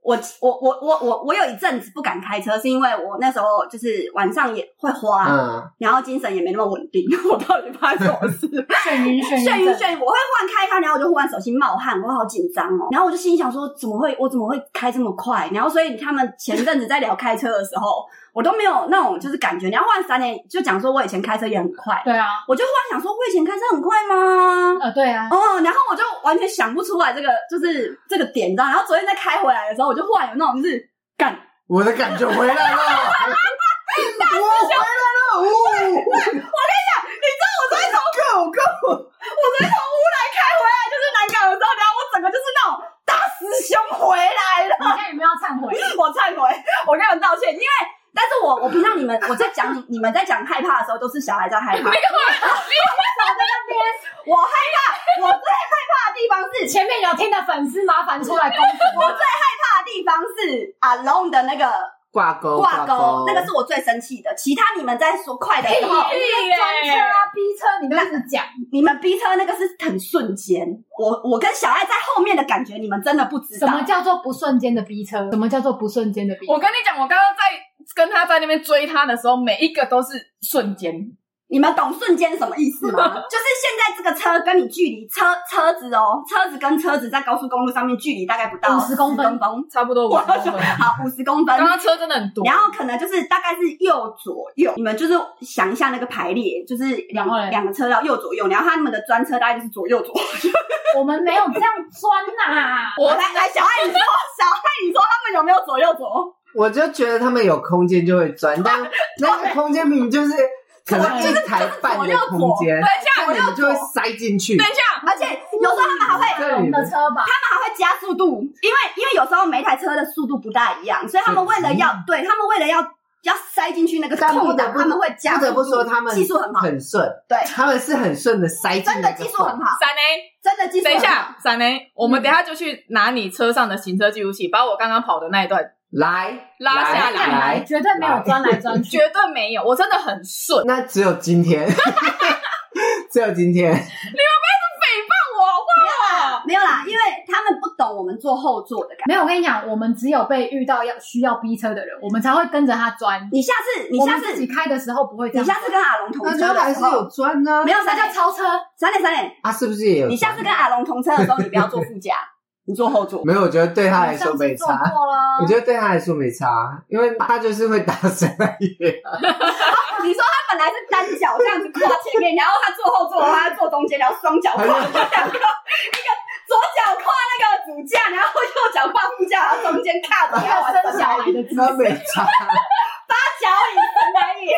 Speaker 2: 我我我我我我有一阵子不敢开车，是因为我那时候就是晚上也会花，
Speaker 3: 嗯，
Speaker 2: 然后精神也没那么稳定。 我到底发生什么事？
Speaker 4: 眩晕眩
Speaker 2: 眩晕
Speaker 4: 晕症，
Speaker 2: 眩晕，我会忽然开开，然后我就忽然手心冒汗，我好紧张哦。然后我就心里想说，怎么会我怎么会开这么快？然后所以他们前阵子在聊开车的时候，我都没有那种就是感觉。然后忽然三年就讲说我以前开车也很快，
Speaker 4: 对啊，
Speaker 2: 我就忽然想说，我以前开车很快吗？
Speaker 4: 呃对啊，
Speaker 2: 哦，然后我就完全想不出来这个就是这个点，你知道？然后昨天在开回来的时候，我就忽然有那种就是干
Speaker 3: 我的感觉回来 了，我回来了，呜！
Speaker 2: 我昨天从我昨天从乌来开回来，就是南港的时候，然后我整个就是那种大师兄回来了。
Speaker 4: 你现在有没有要忏悔？
Speaker 2: 我忏悔，我跟你们道歉，因为。但是我我平常你们我在讲你你们在讲害怕的时候，都是小孩在害
Speaker 4: 啊
Speaker 2: 怕。 我害怕，我最害怕的地方是，
Speaker 4: 前面有听的粉丝麻烦出来公审，
Speaker 2: 我最害怕的地方是阿龙的那个
Speaker 3: 挂钩，
Speaker 2: 挂钩
Speaker 3: 钩，，
Speaker 2: 那个是我最生气的。其他你们在说快的
Speaker 4: 屁
Speaker 2: 时候，
Speaker 4: 耶专车啊逼车，你都一直讲，
Speaker 2: 你们逼车那个是很瞬间。我我跟小爱在后面的感觉，你们真的不知
Speaker 4: 什
Speaker 2: 道。
Speaker 4: 么叫做不瞬间的逼车？什么叫做不瞬间的逼车？
Speaker 1: 我跟你讲，我刚刚在跟他在那边追他的时候，每一个都是瞬间，
Speaker 2: 你们懂瞬间是什么意思吗？就是现在这个车跟你距离车车子哦，车子跟车子在高速公路上面距离大概不到
Speaker 4: 50公分
Speaker 2: 10
Speaker 1: 差不多五
Speaker 2: 我
Speaker 1: 十公分。
Speaker 2: 好，五十公分
Speaker 1: 刚。刚车真的很多，
Speaker 2: 然后可能就是大概是右左右，你们就是想一下那个排列，就是两
Speaker 4: 然后嘞
Speaker 2: 两个车道右左右，然后他们的专车大概就是左右左。
Speaker 4: 我们没有这样 钻呐、
Speaker 2: 我来来，小爱你说，小爱你说他们有没有左右左？
Speaker 3: 我就觉得他们有空间就会钻， 但那个空间明明就是可能一台半的空间
Speaker 1: 等，一下，
Speaker 3: 那
Speaker 1: 我
Speaker 3: 你
Speaker 1: 就
Speaker 3: 们就会塞进去
Speaker 1: 等。一下，
Speaker 2: 而且有时候他们还会
Speaker 3: 对
Speaker 4: 我们的车吧，
Speaker 2: 他们还会加速度，因为因为有时候每一台车的速度不大一样，所以他们为了要对他们为了要要塞进去那个
Speaker 3: 但不
Speaker 2: 空
Speaker 3: 得
Speaker 2: 档，
Speaker 3: 不
Speaker 2: 他们会加
Speaker 3: 不
Speaker 2: 速
Speaker 3: 得
Speaker 2: 度。
Speaker 3: 不说，他们
Speaker 2: 技术很好，
Speaker 3: 很顺，
Speaker 2: 对
Speaker 3: 他们是很顺的塞进
Speaker 2: 真
Speaker 3: 那
Speaker 2: 的
Speaker 3: 个
Speaker 2: 技术很
Speaker 3: 缝
Speaker 2: 好，
Speaker 1: 闪雷。
Speaker 2: 真的技术
Speaker 1: 等
Speaker 2: 很
Speaker 1: 一
Speaker 2: 好。
Speaker 1: 下，闪雷，我们等一下就去拿你车上的行车记录器，把我刚刚跑的那一
Speaker 2: 嗯
Speaker 1: 段，
Speaker 3: 来
Speaker 1: 拉下
Speaker 4: 这样
Speaker 3: 来。
Speaker 4: 绝对没有钻来钻去。
Speaker 1: 绝对没有，我真的很顺。
Speaker 3: 那只有今天， 只有今天，
Speaker 1: 诽谤我好不好？
Speaker 2: 没有啦，因为他们不懂我们坐后座的感觉。
Speaker 4: 没有，我跟你讲，我们只有被遇到要需要逼车的人，我们才会跟着他钻。
Speaker 2: 你下次，你
Speaker 4: 我
Speaker 2: 下
Speaker 4: 们
Speaker 2: 次
Speaker 4: 自，己开的时候不会这
Speaker 2: 你
Speaker 4: 样，
Speaker 2: 下次跟阿龙同
Speaker 3: 那
Speaker 2: 车
Speaker 3: 就
Speaker 2: 的
Speaker 3: 还
Speaker 2: 时
Speaker 3: 是
Speaker 2: 候
Speaker 3: 有，钻呢
Speaker 2: 没。有
Speaker 4: 那
Speaker 2: 三
Speaker 4: 叫
Speaker 2: 点
Speaker 4: 超车。
Speaker 2: 三点三点，
Speaker 3: 啊，是不是也有钻？
Speaker 2: 你下次跟阿龙同车的时候，你不要坐副驾，你坐后座。
Speaker 3: 没有，我觉得对他来
Speaker 4: 我
Speaker 3: 说
Speaker 4: 们上
Speaker 3: 没
Speaker 4: 次做
Speaker 3: 差。
Speaker 4: 过啊了
Speaker 3: 我，觉得对他来说没差，因为他就是会打神来也。
Speaker 2: 你说他本来是单脚这样子跨前面，然后他坐后座的话，他坐中间，然后双脚跨两个，一个左脚跨那个主驾，然后右脚跨副驾，然后中间卡着，
Speaker 4: 没
Speaker 2: 然后
Speaker 4: 有生小孩的姿
Speaker 3: 他
Speaker 4: 势。
Speaker 3: 没差，
Speaker 2: 脚也很难也，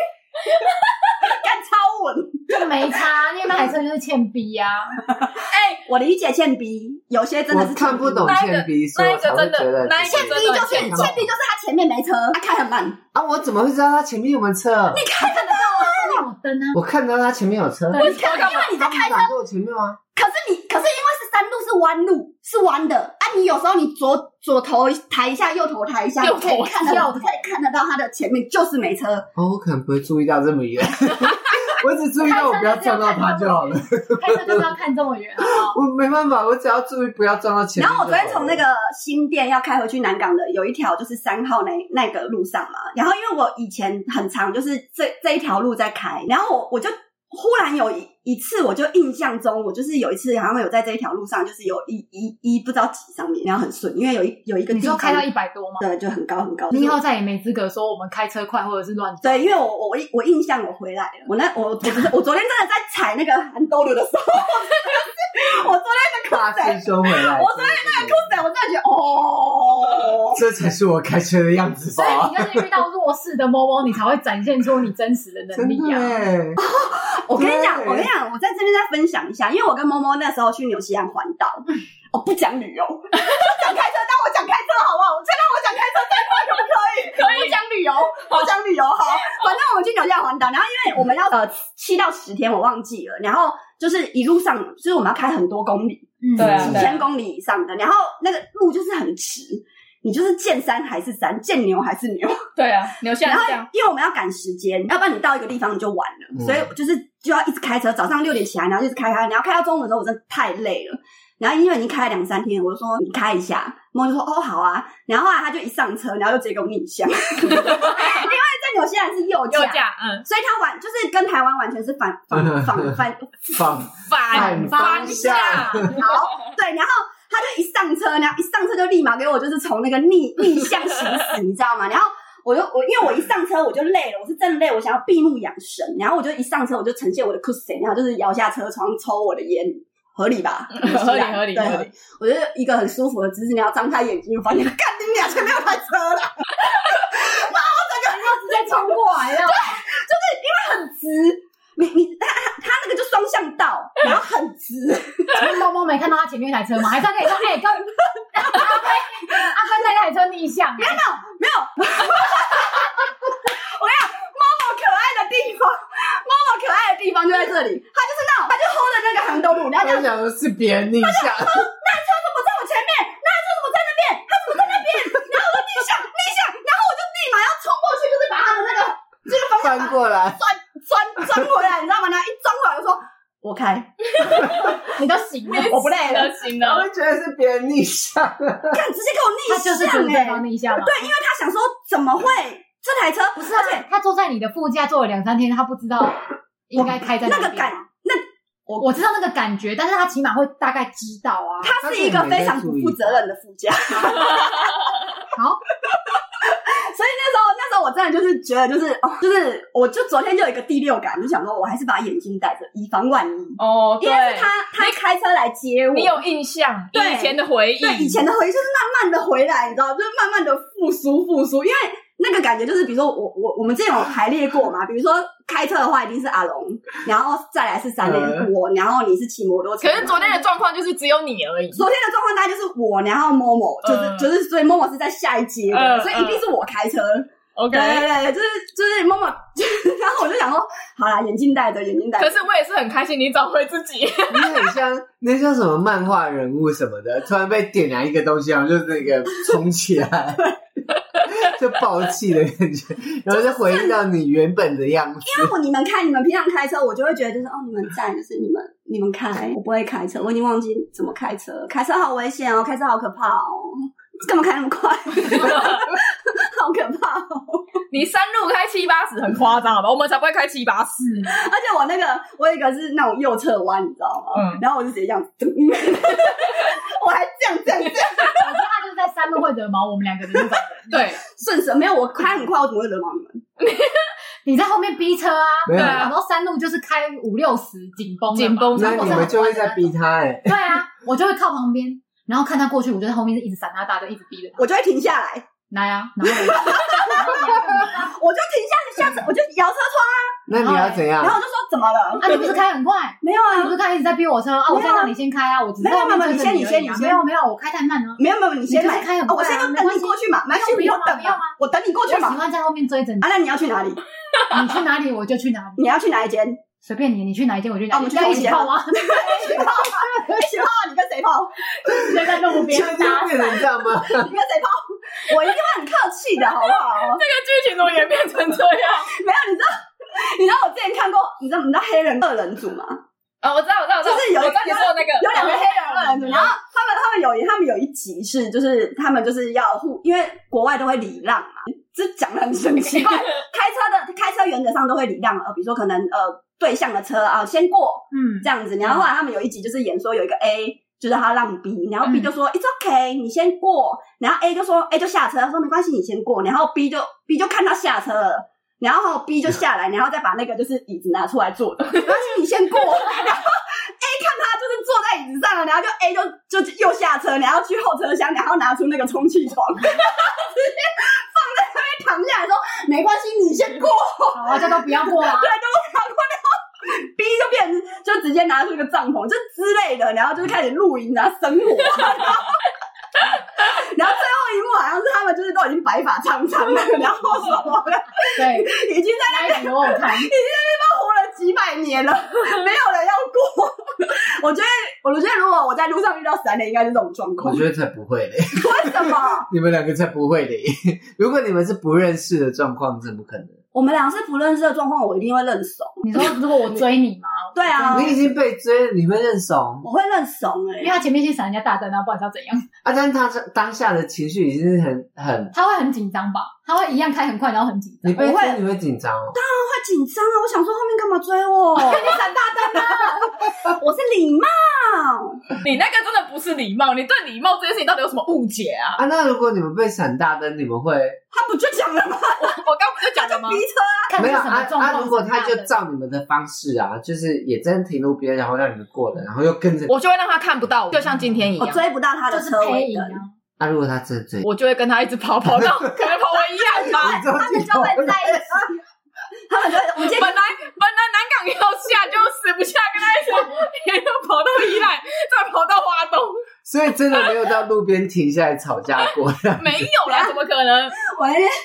Speaker 2: 干超稳。
Speaker 4: 这没差，那台车就是欠逼啊。
Speaker 2: 哎、我理解倩逼，有些真的
Speaker 3: 我
Speaker 2: 是
Speaker 3: 看不懂
Speaker 1: 那一个
Speaker 3: 倩逼，所以
Speaker 1: 那一个
Speaker 3: 我才会
Speaker 1: 真的
Speaker 3: 觉得
Speaker 1: 那一个
Speaker 3: 这
Speaker 2: 倩
Speaker 3: 是
Speaker 2: 逼就是
Speaker 1: 真的
Speaker 2: 倩逼就是他前面没车，他开很慢，
Speaker 3: 啊！我怎么会知道他前面有没有车？
Speaker 4: 那有灯啊，
Speaker 3: 我看到他前面有车，
Speaker 4: 对
Speaker 2: 可因为你在
Speaker 3: 他不
Speaker 2: 开车，
Speaker 3: 挡在我前面吗？
Speaker 2: 可是你可是因为是山路是弯路是弯的啊，你有时候你左左头抬一下，右头抬一下，
Speaker 1: 右
Speaker 2: 你
Speaker 1: 头
Speaker 2: 可以看得
Speaker 4: 右
Speaker 2: 到，
Speaker 4: 头
Speaker 2: 可以看得到它的前面就是没车，
Speaker 3: 哦，我可能不会注意到这么远，我只注意到我不要撞到他就好了。
Speaker 4: 开车就是要看这么远 啊。
Speaker 3: 我没办法，我只要注意不要撞到前面
Speaker 2: 然
Speaker 3: 就好
Speaker 2: 后我
Speaker 3: 了。
Speaker 2: 昨天从那个新店要开回去南港的，有一条就是三号那那个路上嘛。然后因为我以前很长就是这这一条路在开，然后我我就忽然有一一次，我就印象中我就是有一次好像有在这一条路上，就是有一一一不知道几上面，然后很顺，因为有一有一个
Speaker 4: 你
Speaker 2: 地
Speaker 4: 说
Speaker 2: 方
Speaker 4: 开到一百多吗？
Speaker 2: 对就很高很高。
Speaker 4: 你以后再也没资格说我们开车快或者是乱 走。
Speaker 2: 对，因为我我我我印象我回来了，我那我我昨天我昨天真的在踩那个韩兜流的 时候，我昨天的
Speaker 3: 大
Speaker 2: 裤子，
Speaker 3: 师兄回来，
Speaker 2: 我昨天那个裤子，我真的觉得哦，
Speaker 3: 这才是我开车的样子
Speaker 4: 所以
Speaker 3: 吧
Speaker 4: 你？就是遇到弱势的猫猫，你才会展现出你真实的 能
Speaker 3: 真
Speaker 4: 力
Speaker 3: 的
Speaker 4: 啊。
Speaker 3: 耶，
Speaker 2: 我跟你讲，
Speaker 3: 对
Speaker 2: 我跟你讲，我在这边再分享一下，因为我跟猫猫那时候去纽西兰环岛，我不讲旅游，不讲开车，当我讲开车好不好？现在我讲开车这一块可不可以？可以讲旅游，我讲旅游好。反正我们去纽西兰环岛，然后因为我们要呃七到十天，我忘记了，然后就是一路上就是我们要开很多公里，
Speaker 4: 嗯，
Speaker 1: 对啊
Speaker 2: 几
Speaker 1: 对啊
Speaker 2: 千公里以上的，然后那个路就是很直。你就是见山还是山，见牛还是牛，
Speaker 1: 对啊，留下
Speaker 2: 然
Speaker 1: 来
Speaker 2: 后
Speaker 1: 这样。
Speaker 2: 因为我们要赶时间，要不然你到一个地方你就晚了，
Speaker 3: 嗯
Speaker 2: 所以就是就要一直开车，早上六点起来，然后就一直开开，然后开到中午的时候我真的太累了，然后因为已经开了两三天，我就说你开一下，梦就说哦好啊，然后后来他就一上车，然后就直接给我逆 向，因为在纽西兰是右驾。
Speaker 1: 右驾，嗯，
Speaker 2: 所以他完就是跟台湾完全是反反反反
Speaker 3: 放
Speaker 1: 反
Speaker 3: 反
Speaker 1: 方
Speaker 3: 方
Speaker 1: 向
Speaker 3: 向，
Speaker 2: 好，对，然后他就一上车，然后一上车就立马给我就是从那个逆逆向行驶，你知道吗？然后我就我因为我一上车我就累了，我是真的累，我想要闭目养神，然后我就一上车我就呈现我的 cushion，然后就是摇下车窗抽我的烟。合理 吧？
Speaker 1: 合理合理
Speaker 2: 对
Speaker 1: 合理。
Speaker 2: 我觉得一个很舒服的姿势，你要张开眼睛，就发现干你俩前面有台车了，
Speaker 4: 直接冲过来了。
Speaker 2: 很直。你你他他他那个就双向道，然后很直，
Speaker 4: 请问猫猫没看到他前面一台车吗？还是他跟你 说，哎、跟 阿飞阿飞那台车逆向、欸，
Speaker 2: 没有，我跟你讲，猫猫可爱的地方，猫猫可爱的地方就在这里，它就是那种，它就 hold 着那个杭州路，然后
Speaker 3: 我
Speaker 2: 这样，
Speaker 3: 想的是别人逆向，
Speaker 2: 他怎么在我前面？那他怎么在那边？他怎么在那边？然后我就逆向，逆向，然后我就立马要冲过去，就是把他的那个这个方向
Speaker 3: 翻过来。
Speaker 2: 转转转回来，你知道吗？然后一转回来，我就说我开，
Speaker 4: 你都醒了。
Speaker 2: 我不累了，
Speaker 1: 了，行
Speaker 3: 我
Speaker 1: 了，
Speaker 3: 会觉得是别人逆向，
Speaker 2: 看直接给我逆
Speaker 4: 他就是觉得对
Speaker 2: 向
Speaker 4: 方
Speaker 2: 哎、
Speaker 4: 逆向嘛。
Speaker 2: 对，因为他想说怎么会这台车不是，而且
Speaker 4: 他坐在你的副驾坐了两三天，他不知道应该开在哪
Speaker 2: 那
Speaker 4: 边
Speaker 2: 个感，
Speaker 4: 我知道那个感觉，但是他起码会大概知道啊。
Speaker 2: 它是一个非常不负责任的副驾。
Speaker 4: 好，
Speaker 2: 所以那时候，那时候我真的就是觉得，就是哦，就是我就昨天就有一个第六感，就想说我还是把眼镜戴着，以防万一。
Speaker 1: 哦，
Speaker 2: 因
Speaker 1: 对
Speaker 2: 为，是他他开车来接我，
Speaker 1: 你有印象，
Speaker 2: 对
Speaker 1: 以前的回忆，
Speaker 2: 对以前的回忆就是慢慢的回来，你知道，就是慢慢的复苏复苏，因为那个感觉就是，比如说我我我们之前有排列过嘛，比如说开车的话一定是阿龙，然后再来是三连是我，然后你是骑摩托车
Speaker 1: 可
Speaker 2: 嘛。
Speaker 1: 是昨天的状况就是只有你 而已。
Speaker 2: 昨天的状况大概就是我，然后某某就是、
Speaker 1: 嗯
Speaker 2: 就是，所以某某是在下一阶的，
Speaker 1: 嗯
Speaker 2: 所以一定是我开车。
Speaker 1: OK，
Speaker 2: 对对对，就是就是某某， 然后我就想说，好啦，眼镜戴着，眼镜戴着
Speaker 1: 可。是我也是很开心你找回自己。
Speaker 3: 你很像，那像什么漫画人物什么的，突然被点燃一个东西，然后就是 那个冲起来，就爆气的感觉，然后就回忆到你原本的样子。
Speaker 2: 那我你们看，你们平常开车，我就会觉得就是哦，你们站就是你们你们开，我不会开车，我已经忘记怎么开车，开车好危险哦，开车好可怕哦，干嘛开那么快？好可怕哦！
Speaker 1: 你山路开七八十很夸张，好吧？我们才不会开七八十。
Speaker 2: 而且我那个我有一个是那种右侧弯，你知道吗？
Speaker 1: 嗯，
Speaker 2: 然后我就直接这样，我还这样这样这样
Speaker 4: 我觉得他就是在山路会惹毛我们两个的那种人。
Speaker 1: 对，
Speaker 2: 顺手，没有我开很快，我怎么会惹毛你们？
Speaker 4: 你在后面逼车啊，
Speaker 3: 没有
Speaker 4: 然后山路就是开五六十紧绷的嘛，
Speaker 1: 紧绷
Speaker 4: 然
Speaker 3: 那
Speaker 4: 后我
Speaker 3: 你
Speaker 4: 是
Speaker 3: 们
Speaker 4: 很
Speaker 3: 就会
Speaker 4: 乖的
Speaker 3: 在逼他哎、
Speaker 4: 对啊，我就会靠旁边，然后看他过去，我就在后面一直闪他大腿，一直逼着他
Speaker 2: 我就会停下来，
Speaker 4: 来啊，然后我然后你要干嘛
Speaker 2: 我就停下来，下车我就摇车窗，
Speaker 3: 那你要怎样
Speaker 2: 然？后我就说怎么了？
Speaker 4: 啊，你不是开很快？
Speaker 2: 没有
Speaker 4: 你不
Speaker 2: 啊，
Speaker 4: 是开一直在逼我车啊？我在让你先开啊，我只是
Speaker 2: 没有
Speaker 4: 后面
Speaker 2: 没有
Speaker 4: 追着
Speaker 2: 你先
Speaker 4: 而已啊
Speaker 2: 你先
Speaker 4: 没有没有，我开太慢了。啊
Speaker 2: 没有没有，你先
Speaker 4: 你就是
Speaker 2: 来
Speaker 4: 开很
Speaker 2: 哦我
Speaker 4: 快啊
Speaker 2: 现在就
Speaker 4: 没
Speaker 2: 等
Speaker 4: 关
Speaker 2: 你
Speaker 4: 系
Speaker 2: 过去嘛，没关系
Speaker 4: 不用
Speaker 2: 我
Speaker 4: 啊
Speaker 2: 等
Speaker 4: 不用啊
Speaker 2: 我等你过
Speaker 4: 我
Speaker 2: 去
Speaker 4: 喜
Speaker 2: 嘛。
Speaker 4: 欢在后面追着你，
Speaker 2: 啊，那你要去哪里？
Speaker 4: 你去哪里我就去哪里，
Speaker 2: 你要去哪一间？一
Speaker 4: 随便你，你去哪一间我就去
Speaker 2: 啊
Speaker 4: 哪
Speaker 2: 我
Speaker 4: 里。
Speaker 2: 们去
Speaker 4: 要
Speaker 2: 同
Speaker 4: 一
Speaker 2: 一
Speaker 4: 起
Speaker 2: 间
Speaker 4: 泡吗？
Speaker 2: 起泡，一起泡，你跟谁泡？
Speaker 4: 就在路边
Speaker 3: 就就
Speaker 4: 搭
Speaker 3: 变成这样吗？
Speaker 2: 你跟谁泡？我一定会很客气的，好不好？
Speaker 1: 这个剧情怎么演变成这样？
Speaker 2: 没有，你知道，你知道我之前看过，你知道你知道黑人二人组吗？
Speaker 1: 啊，我知道，我知道，我知道，
Speaker 2: 就是有一
Speaker 1: 我知道你说的那个，嗯
Speaker 2: 有两个黑人二人组，然后他们他们有一他们有一集是就是他们就是要互，因为国外都会礼让嘛，这讲的很很奇怪。开车的开车原则上都会礼让，呃，比如说可能呃对向的车啊先过，
Speaker 4: 嗯，
Speaker 2: 这样子。然后后来他们有一集就是演说有一个 A 就是他让 B，然后 B
Speaker 4: 嗯
Speaker 2: 就说、It's OK，你先过。然后 A 就说 A 就下车，他说没关系，你先过。然后 B 就 B 就看他下车了。然后 B 就下来， 然后再把那个就是椅子拿出来坐着，没关系，你先过。然 后 A 看他就是坐在椅子上了，然后就 A 就就又下车，然后去后车厢，然后拿出那个充气床， 然后直接放在那边躺下来说没关系，你先过。
Speaker 4: 好啊，这都不要过啊。
Speaker 2: B 就变成就直接拿出一个帐篷，就之类的，然后就是开始露营啊，生活啊。然后然后最后一幕好像是他们就是都已经白发苍苍了，然后什么的，
Speaker 4: 对，
Speaker 2: 已经在
Speaker 4: 那一集我有看，
Speaker 2: 那活了几百年了，没有人要过。我觉得，我觉得如果我在路上遇到闪雷，应该是这种状况
Speaker 3: 我。觉得才不会嘞，
Speaker 2: 为什么？
Speaker 3: 你们两个才不会嘞。 如果你们是不认识的状况，怎么可能？
Speaker 2: 我们俩是不认识的状况，我一定会认怂。
Speaker 4: 你说如果我追你吗？
Speaker 2: 对啊
Speaker 3: 你已经被追了，你会认怂
Speaker 2: 我会认怂哎、
Speaker 4: 因为他前面先闪人家大灯啊，不然是要怎样？
Speaker 3: 啊？但是他这当下的情绪已经是很很，
Speaker 4: 他会很紧张吧？他会一样开很快，然后很紧张。
Speaker 3: 你被
Speaker 2: 我会
Speaker 3: 追你会紧张哦。
Speaker 2: 会紧张啊！我想说后面干嘛追我？ 你闪大灯啊！我是礼貌。
Speaker 1: 嗯你那个真的不是礼貌，你对礼貌这件事情到底有什么误解啊？
Speaker 3: 啊，那如果你们被闪大灯，你们会
Speaker 2: 他不就讲了吗？
Speaker 1: 我刚不就讲了吗
Speaker 2: 逼？车
Speaker 4: 看
Speaker 3: 没
Speaker 4: 是
Speaker 3: 有
Speaker 4: 什么
Speaker 3: 啊
Speaker 4: 状况。
Speaker 3: 啊？如果他
Speaker 4: 什
Speaker 3: 就
Speaker 4: 么大灯
Speaker 3: 照你们的方式啊，就是也真停路边，然后让你们过了，然后又跟着
Speaker 1: 我就会让他看不到我，就像今天一
Speaker 2: 我
Speaker 1: 样，
Speaker 2: 追不到他的
Speaker 4: 就是
Speaker 2: 车
Speaker 4: 配
Speaker 2: 尾
Speaker 4: 音
Speaker 2: 灯
Speaker 4: 啊，，
Speaker 3: 啊，如果他真的追，
Speaker 1: 我就会跟他一直跑跑到可能跑回宜兰吧。
Speaker 3: 你知道
Speaker 2: 他们就会在一起。他们就会，我们今
Speaker 1: 本
Speaker 2: 天
Speaker 1: 来本来南港要下，就死不下，跟他一起一路跑到宜兰，再跑到花东，
Speaker 3: 所以真的没有到路边停下来吵架过。
Speaker 1: 没有啦，怎么可能？
Speaker 2: 我那天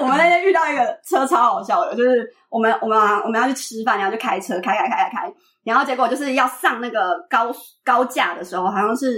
Speaker 2: 我们那天遇到一个车超好笑的，就是我们我们啊我们要去吃饭，然后就开车开开开开开，然后结果就是要上那个高高架的时候，好像是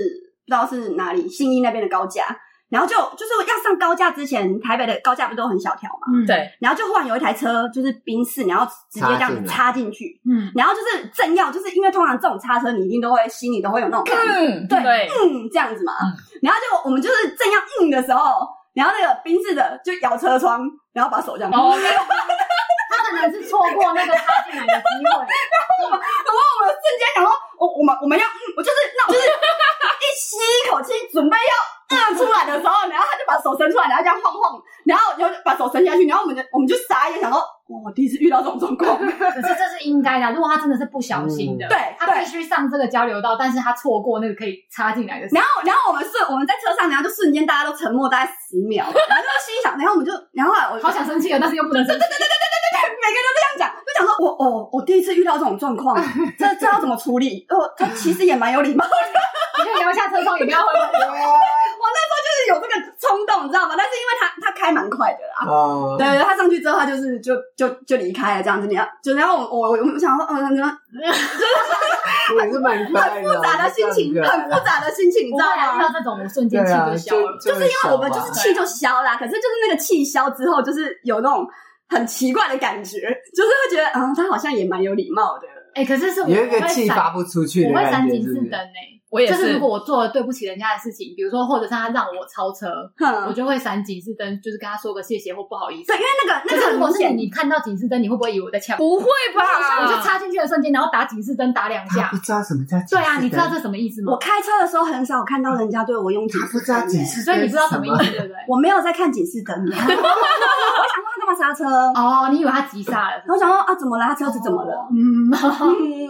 Speaker 2: 不知道是哪里信义那边的高架，然后就就是要上高架之前，台北的高架不是都很小条嘛，
Speaker 4: 嗯，
Speaker 1: 对，
Speaker 2: 然后就忽然有一台车就是冰室，然后直接这样子插
Speaker 3: 插
Speaker 2: 进去，
Speaker 4: 嗯，
Speaker 2: 然后就是正要就是因为通常这种叉车，你一定都会心里都会有那种感觉
Speaker 1: 嗯，
Speaker 2: 对
Speaker 1: 对，
Speaker 2: 嗯，这样子嘛。
Speaker 1: 嗯
Speaker 2: 然后就我们就是正要嗯的时候，然后那个宾士的就摇车窗，然后把手这样。
Speaker 1: 哦，OK，
Speaker 4: 他的的人是错过那个插进来的机 会。
Speaker 2: 然后我瞬间想说，我我们我们要，嗯我就是那我就是一吸一口气，准备要饿出来的时候，然后他就把手伸出来，然后这样晃晃，然后然后就把手伸下去，然后我们就我们就傻眼，想说，哇，我第一次遇到这种状 况，
Speaker 4: 可是这是应该的，如果他真的是不小心的，
Speaker 3: 嗯
Speaker 2: 对
Speaker 1: 啊
Speaker 4: 他
Speaker 2: 对
Speaker 4: 必须上这个交流道，但是他错过那个可以插进来的时候。
Speaker 2: 然后，然后我们是我们在车上，然后就瞬间大家都沉默大概十秒， 然后就心想，然后我们就，然后后来我
Speaker 4: 好想生气哦，但是又不能生气。
Speaker 2: 每个人都这样讲，就讲说我哦，我第一次遇到这种状况，啊 这这要怎么处理？哦，他其实也蛮有礼貌，就
Speaker 4: 你可以聊一下车窗，也不要回头。
Speaker 3: 啊
Speaker 2: 是有这个冲动，你知道吗？但是因为他他开蛮快的啦，
Speaker 3: 哦，
Speaker 2: 对对，他上去之后，他就是就就就离开了这样子。你要就然后我我我想说，嗯，然后
Speaker 3: 我也是蛮可爱
Speaker 2: 很
Speaker 3: 的啊，
Speaker 2: 复杂的心情，
Speaker 3: 这样子啊
Speaker 2: 很复杂的心情，你
Speaker 4: 不
Speaker 2: 知道
Speaker 4: 会啊，遇到
Speaker 2: 吗？
Speaker 4: 这种我瞬间气
Speaker 3: 对啊，
Speaker 4: 就消了。
Speaker 3: 就是因
Speaker 2: 我们就是气就消啦，可是就是那个气消之后，就是有那种很奇怪的感觉，就是会觉得，嗯，他好像也蛮有礼貌的。
Speaker 4: 哎、可是是 我
Speaker 3: 有一个
Speaker 4: 我会
Speaker 3: 气
Speaker 4: 闪
Speaker 3: 发不出去的
Speaker 4: 我会
Speaker 3: 感
Speaker 4: 闪
Speaker 3: 觉，
Speaker 4: 警
Speaker 3: 是不
Speaker 4: 示
Speaker 3: 是啊
Speaker 4: 灯？诶、
Speaker 1: 我也
Speaker 4: 就是
Speaker 1: 是
Speaker 4: 如果我做了对不起人家的事情，比如说或者是他让我超车，我
Speaker 3: 嗯
Speaker 2: 哼，
Speaker 4: 就会闪警示灯，就是跟他说个谢谢或不好意思
Speaker 2: 对，。因为那个
Speaker 4: 可
Speaker 2: 那个
Speaker 4: 是
Speaker 2: 很
Speaker 4: 如果
Speaker 2: 明
Speaker 4: 是
Speaker 2: 显，
Speaker 4: 你，你看到警示灯，你会不会以为我在呛？
Speaker 1: 不会
Speaker 4: 我就
Speaker 1: 吧？
Speaker 4: 插进去的瞬间，然后打警示灯打两
Speaker 3: 他
Speaker 4: 下
Speaker 3: 啊不。知道什么叫警示
Speaker 4: 对
Speaker 3: 灯
Speaker 4: 啊，你知道这什么意思吗
Speaker 2: 我？开车的时候很少看到人家对我用警
Speaker 3: 他不
Speaker 2: 示
Speaker 3: 知道
Speaker 2: 灯
Speaker 3: 警
Speaker 2: 耶，
Speaker 3: 示灯，
Speaker 4: 所以你不知道什么意思，对不对？
Speaker 2: 我没有在看警示 灯，我想说他干嘛刹车？然
Speaker 4: 哦，你以为他急刹了？
Speaker 2: 后想说啊，怎么了？他车子怎么了？
Speaker 4: 嗯，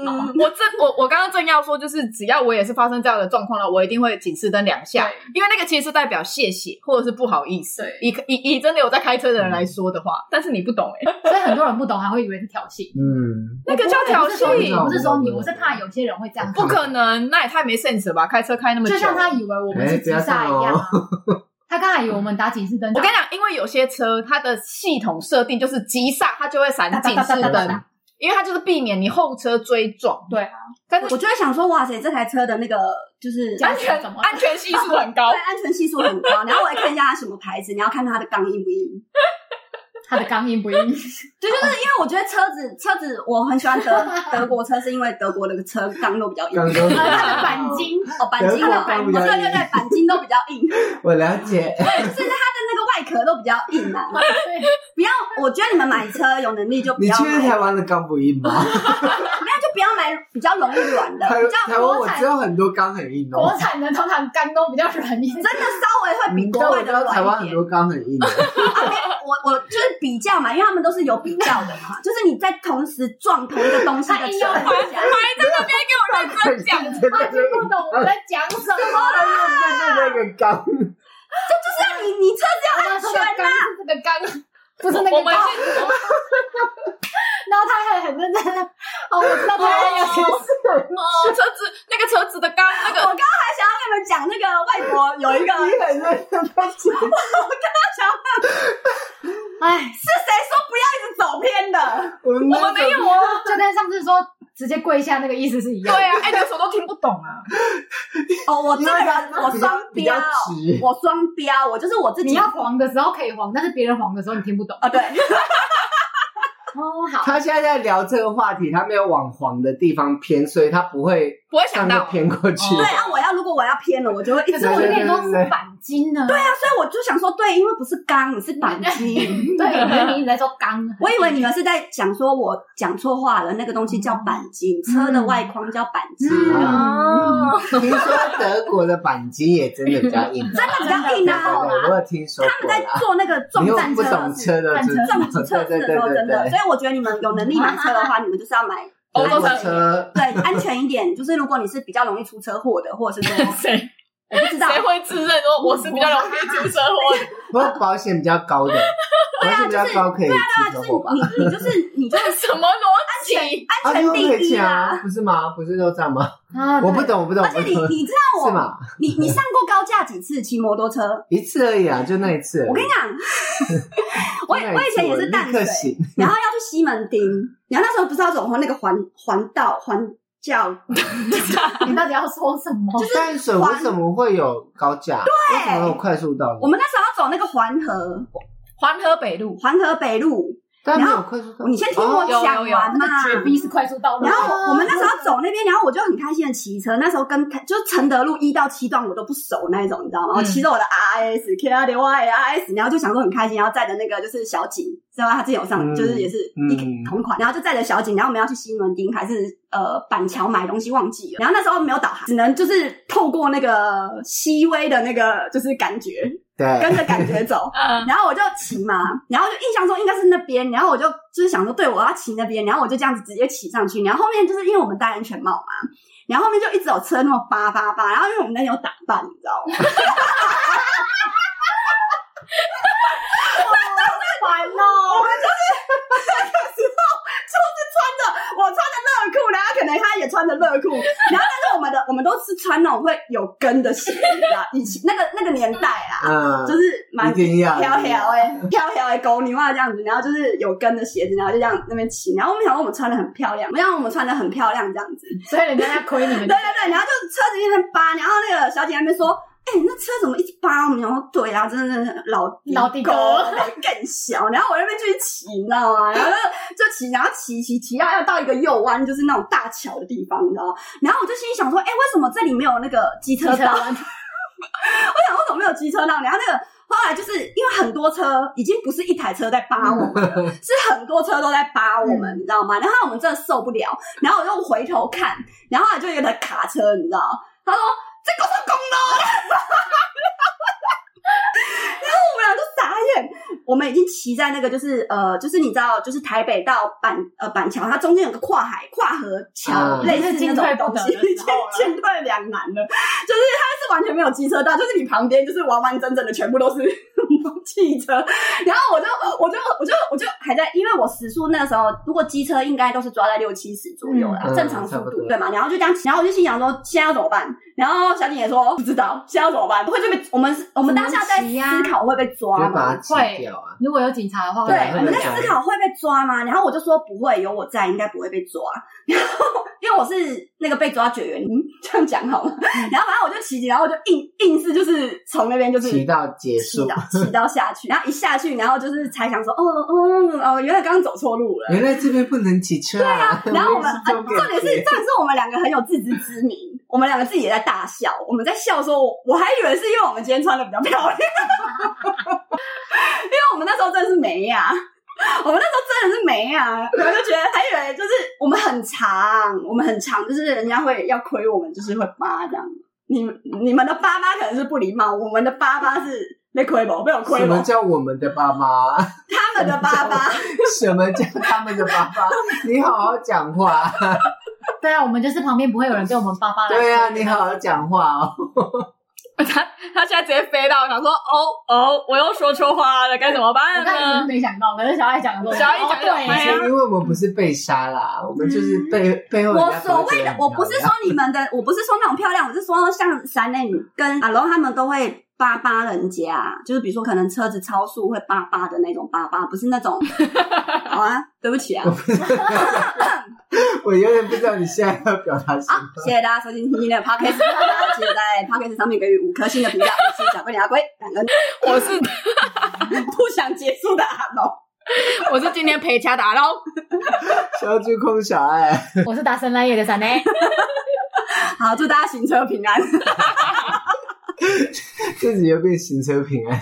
Speaker 2: 嗯，
Speaker 1: 我正我我刚刚正要说，就是只要我也是发生这样的状况了，我一定会警示灯两下
Speaker 4: 对，
Speaker 1: 因为那个其实是代表谢谢或者是不好意思
Speaker 4: 对。嗯
Speaker 1: 以以以真的有在开车的人来说的话，但是你不懂哎、
Speaker 4: 所以很多人不懂，还会以为是挑衅。
Speaker 3: 嗯，
Speaker 1: 那个叫
Speaker 4: 我
Speaker 1: 挑
Speaker 4: 不是说你，
Speaker 1: 衅，
Speaker 4: 我不是说你，我是怕有些人会这样。
Speaker 1: 不可能，那也太没 sense 了吧？开车开那么久，
Speaker 4: 就像他以为我们是急刹一样、啊。他刚才以为我们打警示灯，
Speaker 1: 我跟你讲，因为有些车它的系统设定就是急刹，它就会闪警示
Speaker 2: 哒哒哒哒
Speaker 1: 灯
Speaker 2: 哒，
Speaker 1: 因为它就是避免你后车追撞。
Speaker 4: 对啊，
Speaker 1: 但是
Speaker 2: 我就会想说，哇塞，这台车的那个就是
Speaker 4: 讲
Speaker 1: 安全
Speaker 4: 怎么
Speaker 1: 安全系数很高
Speaker 2: 对，安全系数很高，然后我还看一下它什么牌子，你要看它的杠硬不硬。
Speaker 4: 他的钢印不硬，
Speaker 2: 对，就是因为我觉得车子车子我很喜欢 德德国车，是因为德国的车钢都比较硬，
Speaker 3: 刚刚
Speaker 4: 他的钣金，
Speaker 2: 哦，钣金
Speaker 3: 德国
Speaker 2: 的
Speaker 3: 钢
Speaker 2: 钣
Speaker 3: 比
Speaker 2: 金，对
Speaker 3: 较
Speaker 2: 对
Speaker 3: 硬
Speaker 2: 对，钣金都比较硬，
Speaker 3: 我了解，
Speaker 2: 甚至它的那个外壳都比较硬 啊。不要，我觉得你们买车有能力就不
Speaker 3: 你
Speaker 2: 要
Speaker 3: 确
Speaker 2: 买，
Speaker 3: 定
Speaker 2: 没有
Speaker 3: 台湾的钢不硬吗？
Speaker 2: 就不要买比较容易软的，
Speaker 3: 台
Speaker 2: 比较
Speaker 3: 台湾我知道很多钢很硬
Speaker 4: 国
Speaker 3: 哦，
Speaker 4: 产的通常钢都比较软一点
Speaker 2: 真。的稍微会比
Speaker 3: 你
Speaker 2: 国
Speaker 3: 嗯我
Speaker 2: 外
Speaker 3: 知
Speaker 2: 的
Speaker 3: 道台湾
Speaker 2: 软一
Speaker 3: 很
Speaker 2: 点。
Speaker 3: 多钢很硬的，哦
Speaker 2: 我我就是比较嘛，因为他们都是有比较的嘛，就是你在同时撞同一个东西的
Speaker 4: 他硬
Speaker 2: 时
Speaker 4: 要
Speaker 2: 候，
Speaker 4: 还
Speaker 1: 还在那边给我认真讲，
Speaker 3: 真
Speaker 4: 他
Speaker 3: 的
Speaker 4: 听不懂我们在讲什么。啊
Speaker 3: 那 个钢，
Speaker 2: 就是你你车
Speaker 4: 我
Speaker 2: 子要安
Speaker 4: 们说
Speaker 2: 全
Speaker 4: 的
Speaker 2: 啊
Speaker 4: 钢是这个钢，不是那
Speaker 1: 我
Speaker 4: 个
Speaker 1: 们
Speaker 4: 钢。
Speaker 1: 是
Speaker 4: 哦然后他还很认真地，哦，我知道他要解释。
Speaker 1: 哦，车子那个车子的刚那
Speaker 2: 我
Speaker 1: 个
Speaker 2: 刚刚还想要跟你们讲那个外国有一个，
Speaker 3: 你很认真在讲，
Speaker 4: 哎，
Speaker 2: 是谁说不要一直走偏的？
Speaker 3: 我们
Speaker 1: 我们没有啊，
Speaker 4: 就跟上次说直接跪下那个意思是一
Speaker 1: 对
Speaker 4: 样的。
Speaker 1: 啊，哎，连我都听不懂啊。
Speaker 2: 哦，我这个人我
Speaker 3: 比较
Speaker 2: 双
Speaker 3: 比较
Speaker 2: 标，
Speaker 3: 直，
Speaker 2: 我双标，我就是我自己哦
Speaker 4: 你要黄的时候可以黄，但是别人黄的时候你听不懂。
Speaker 2: 啊，对，
Speaker 4: 哦，好，
Speaker 3: 他现在在聊这个话题，他没有往黄的地方偏，所以他不会
Speaker 1: 不会
Speaker 3: 上
Speaker 1: 想
Speaker 3: 面
Speaker 1: 到，
Speaker 3: 偏过去
Speaker 1: 哦。
Speaker 2: 对啊，我要如果我要偏了，我就会一
Speaker 4: 可
Speaker 2: 直
Speaker 4: 是我
Speaker 2: 对
Speaker 4: 就跟你说
Speaker 3: 对对对
Speaker 4: 是
Speaker 3: 对对
Speaker 4: 钣金呢。对
Speaker 2: 啊，所以我就想说，对，因为不是钢，你是钣金。
Speaker 4: 对，我觉得你一直在说钢。
Speaker 2: 我以为你们是在讲说我讲错话了，那个东西叫钣金，车的外框叫钣金，
Speaker 3: 嗯
Speaker 1: 哦，
Speaker 3: 听说德国的钣金也真的比较硬，
Speaker 2: 真的比较硬
Speaker 3: 对
Speaker 2: 啊。
Speaker 3: 对我有听说
Speaker 2: 他
Speaker 3: 过
Speaker 2: 们在
Speaker 3: 啦。
Speaker 2: 做那个
Speaker 3: 你
Speaker 2: 重
Speaker 3: 又
Speaker 2: 战
Speaker 3: 不
Speaker 2: 车
Speaker 3: 懂
Speaker 2: 的时候。
Speaker 3: 车的
Speaker 4: 撞
Speaker 3: 知识，
Speaker 2: 重测
Speaker 3: 对
Speaker 2: 试
Speaker 3: 对
Speaker 2: 的时
Speaker 3: 对
Speaker 2: 候，
Speaker 3: 对
Speaker 2: 真的，
Speaker 3: 对
Speaker 2: 所，以我觉得你们有能力买车的话，你们就是要 买
Speaker 1: 欧
Speaker 3: 德
Speaker 1: 洲
Speaker 3: 国
Speaker 1: 车
Speaker 3: 车
Speaker 2: 对安全一点，就是如果你是比较容易出车祸的，或者是说
Speaker 1: 谁
Speaker 2: 我不知 道，
Speaker 1: 谁会自认说我是比较容易出车 祸的？
Speaker 3: 不过保险比较高的，保险比较高可以出车
Speaker 2: 就是
Speaker 3: 祸吧？
Speaker 2: 你你就是你就是
Speaker 1: 什么逻辑？
Speaker 2: 安全
Speaker 3: 你
Speaker 2: 第一
Speaker 3: 啊，
Speaker 2: 啊。
Speaker 3: 不是吗？不是都这样吗？
Speaker 4: 啊，
Speaker 3: 我不懂，我不懂，
Speaker 2: 而
Speaker 3: 我
Speaker 2: 且
Speaker 3: 不
Speaker 2: 你
Speaker 3: 懂，
Speaker 2: 你知道
Speaker 3: 是
Speaker 2: 我，
Speaker 3: 吗？
Speaker 2: 你你上过高架几次骑摩托车？
Speaker 3: 一次而已啊，就那一次而已。
Speaker 2: 我跟你 讲，我
Speaker 3: 就那一
Speaker 2: 我以
Speaker 3: 次
Speaker 2: 前也
Speaker 3: 我
Speaker 2: 是
Speaker 3: 立
Speaker 2: 淡
Speaker 3: 刻
Speaker 2: 水，
Speaker 3: 醒
Speaker 2: 然后要去西门町，然后那时候不是要走那个环环道环教，
Speaker 3: 嗯
Speaker 4: 你到底要说什么？
Speaker 3: 淡水为什么会有高架？为什么有快速道
Speaker 2: 我
Speaker 3: 路？
Speaker 2: 们那时候要走那个环河
Speaker 1: 环河北路，
Speaker 2: 环河北路，
Speaker 3: 但没有快速道路。
Speaker 2: 你先听我
Speaker 3: 哦
Speaker 1: 有有
Speaker 2: 讲
Speaker 1: 有
Speaker 2: 完嘛。
Speaker 4: 绝逼是快速道路。
Speaker 2: 然后我我们那时候走那边，然后我就很开心的骑车。那时候跟就是承德路一到七段我都不熟那一种，你知道吗？
Speaker 1: 嗯。
Speaker 2: 我骑着我的 R S K R D Y R S，然后就想说很开心，然后载着那个就是小景，知道他之前有上，
Speaker 3: 嗯
Speaker 2: 就是也是
Speaker 3: 嗯
Speaker 2: 一同款，然后就载着小景，然后我们要去西门町还是呃板桥买东西忘记了，然后那时候没有导航，只能就是透过那个细微的那个就是感觉，
Speaker 3: 对
Speaker 2: 跟着感觉走
Speaker 1: 嗯，
Speaker 2: 然后我就骑嘛，然后就印象中应该是那边，然后我就就是想说，对我要骑那边，然后我就这样子直接骑上去，然后后面就是因为我们戴安全帽嘛，然后后面就一直有车那么叭叭叭，然后因为我们那天有打扮，你知道吗？
Speaker 4: 烦哦。
Speaker 2: 就是穿着我穿着热裤，然后可能他也穿着热裤，然后但是我们的我们都是穿那种会有跟的鞋，你知道，以前那个那个年代啊，
Speaker 3: 嗯，
Speaker 2: 就是蛮
Speaker 3: 一定要
Speaker 2: 飘飘哎，飘飘哎，狗女袜这样子，然后就是有跟的鞋子，然后就这样那边骑，然后我们想说我们穿的很漂亮，没想到我们穿的很漂亮这样子，
Speaker 4: 所以人家在亏你 们
Speaker 2: 对，啊对对，然后就车子一边扒，然后那个小姐在那边说。哎、你那车怎么一直扒？我们想说，对啊，真的真的老
Speaker 4: 老地沟
Speaker 2: 更小。然后我在那边去骑，你知道吗？然后就就骑，然后骑骑骑，然后要到一个右弯，就是那种大桥的地方，你知道吗？然后我就心里想说，哎、为什么这里没有那个机车道？我想为什么没有机车道？然后那个后来就是因为很多车已经不是一台车在扒我们了，是很多车都在扒我们，你知道吗？然后我们真的受不了，然后我就回头看，然后后来就有一台卡车，你知道，他说这个是公路。然后我们俩就傻眼，我们已经骑在那个就是呃，就是你知道，就是台北到板呃板桥，它中间有个跨海跨河桥，
Speaker 3: 嗯
Speaker 2: 类似那种东西，
Speaker 4: 就是进退不得的
Speaker 2: 已
Speaker 4: 时
Speaker 2: 经
Speaker 4: 候了
Speaker 2: 进退两难了。就是它是完全没有机车道，就是你旁边就是完完整整的全部都是汽车，然后我就我就我就我就还在，因为我时速那时候，如果机车应该都是抓在六七十左右啦，
Speaker 3: 嗯
Speaker 2: 正常速
Speaker 3: 差不
Speaker 2: 度
Speaker 3: 多
Speaker 2: 对嘛？然后就这样骑，然后我就心想说，现在要怎么办？然后小景也说哦不知道，现在要怎么办？会就被我们我们当下在
Speaker 4: 嗯怎么骑啊
Speaker 2: 思考会被抓
Speaker 3: 就
Speaker 2: 吗
Speaker 3: 把它？挤掉啊，
Speaker 4: 如果有警察的话，
Speaker 2: 对
Speaker 3: 对，
Speaker 2: 我们在
Speaker 3: 会被
Speaker 2: 思考会被抓吗？然后我就说不会，有我在，应该不会被抓。 然后因为我是那个被抓绝缘，嗯，这样讲好吗？
Speaker 4: 嗯
Speaker 2: 然后反正我就骑，然后我就硬硬是就是从那边就是
Speaker 3: 骑到结
Speaker 2: 骑
Speaker 3: 束
Speaker 2: 到。骑到下去，然后一下去，然后就是才想说，哦哦哦，原来刚刚走错路了。
Speaker 3: 原来这边不能骑车啊！
Speaker 2: 然后我们，呃
Speaker 3: 重
Speaker 2: 重点是，重点是我们两个很有自知之明，我们两个自己也在大笑，我们在笑说，我我还以为是因为我们今天穿的比较漂亮，因为我们那时候真的是没呀、我们那时候真的是没啊，我就觉得还以为就是我们很长，我们很长，就是人家会要亏我们，就是会扒这样。你们你们的爸妈可能是不礼貌，我们的爸妈是被亏吧，被我亏
Speaker 3: 什
Speaker 2: 吧
Speaker 3: 么。叫我们的爸妈？
Speaker 2: 他们的爸爸，
Speaker 3: 什么叫他们的爸 爸？你好好讲话。
Speaker 4: 对啊，我们就是旁边不会有人对我们爸爸来。
Speaker 3: 对
Speaker 2: 哎
Speaker 3: 啊，你好好讲话哦。
Speaker 1: 他他现在直接飞到，想说哦哦，我又说错话了，该怎么
Speaker 4: 我
Speaker 1: 办
Speaker 4: 刚才一直
Speaker 1: 呢？
Speaker 4: 没想到，可是小爱讲的时候，
Speaker 1: 小爱讲的
Speaker 4: 哦对
Speaker 1: 哎呀
Speaker 4: 耶，
Speaker 3: 因为我们不是被杀啦，我们就是背背后
Speaker 2: 嗯
Speaker 3: 人
Speaker 2: 我
Speaker 3: 家不
Speaker 2: 所
Speaker 3: 会
Speaker 2: 谓
Speaker 3: 觉得
Speaker 2: 的
Speaker 3: 很
Speaker 2: 我不是说
Speaker 3: 漂亮
Speaker 2: 你们的， 我不是说那种漂亮，我是说像闪磊跟阿龙他们都会扒扒人家，就是比如说可能车子超速会扒扒的那种扒扒，不是那种。 好啊，对不起啊，
Speaker 3: 我永远不知道你现在要表达什
Speaker 2: 好
Speaker 3: 么。，
Speaker 2: 谢谢大家收听今天的 podcast，大家记得在 podcast 上面给予五颗星的评价，我是小龟阿龟，感恩
Speaker 1: 我是
Speaker 2: 不想结束的阿龙，
Speaker 1: 我是今天陪家打捞，
Speaker 3: 小猪空小爱，
Speaker 4: 我是达森来也的闪呢。
Speaker 2: 好，祝大家行车平安。
Speaker 3: 自己又变行车平安。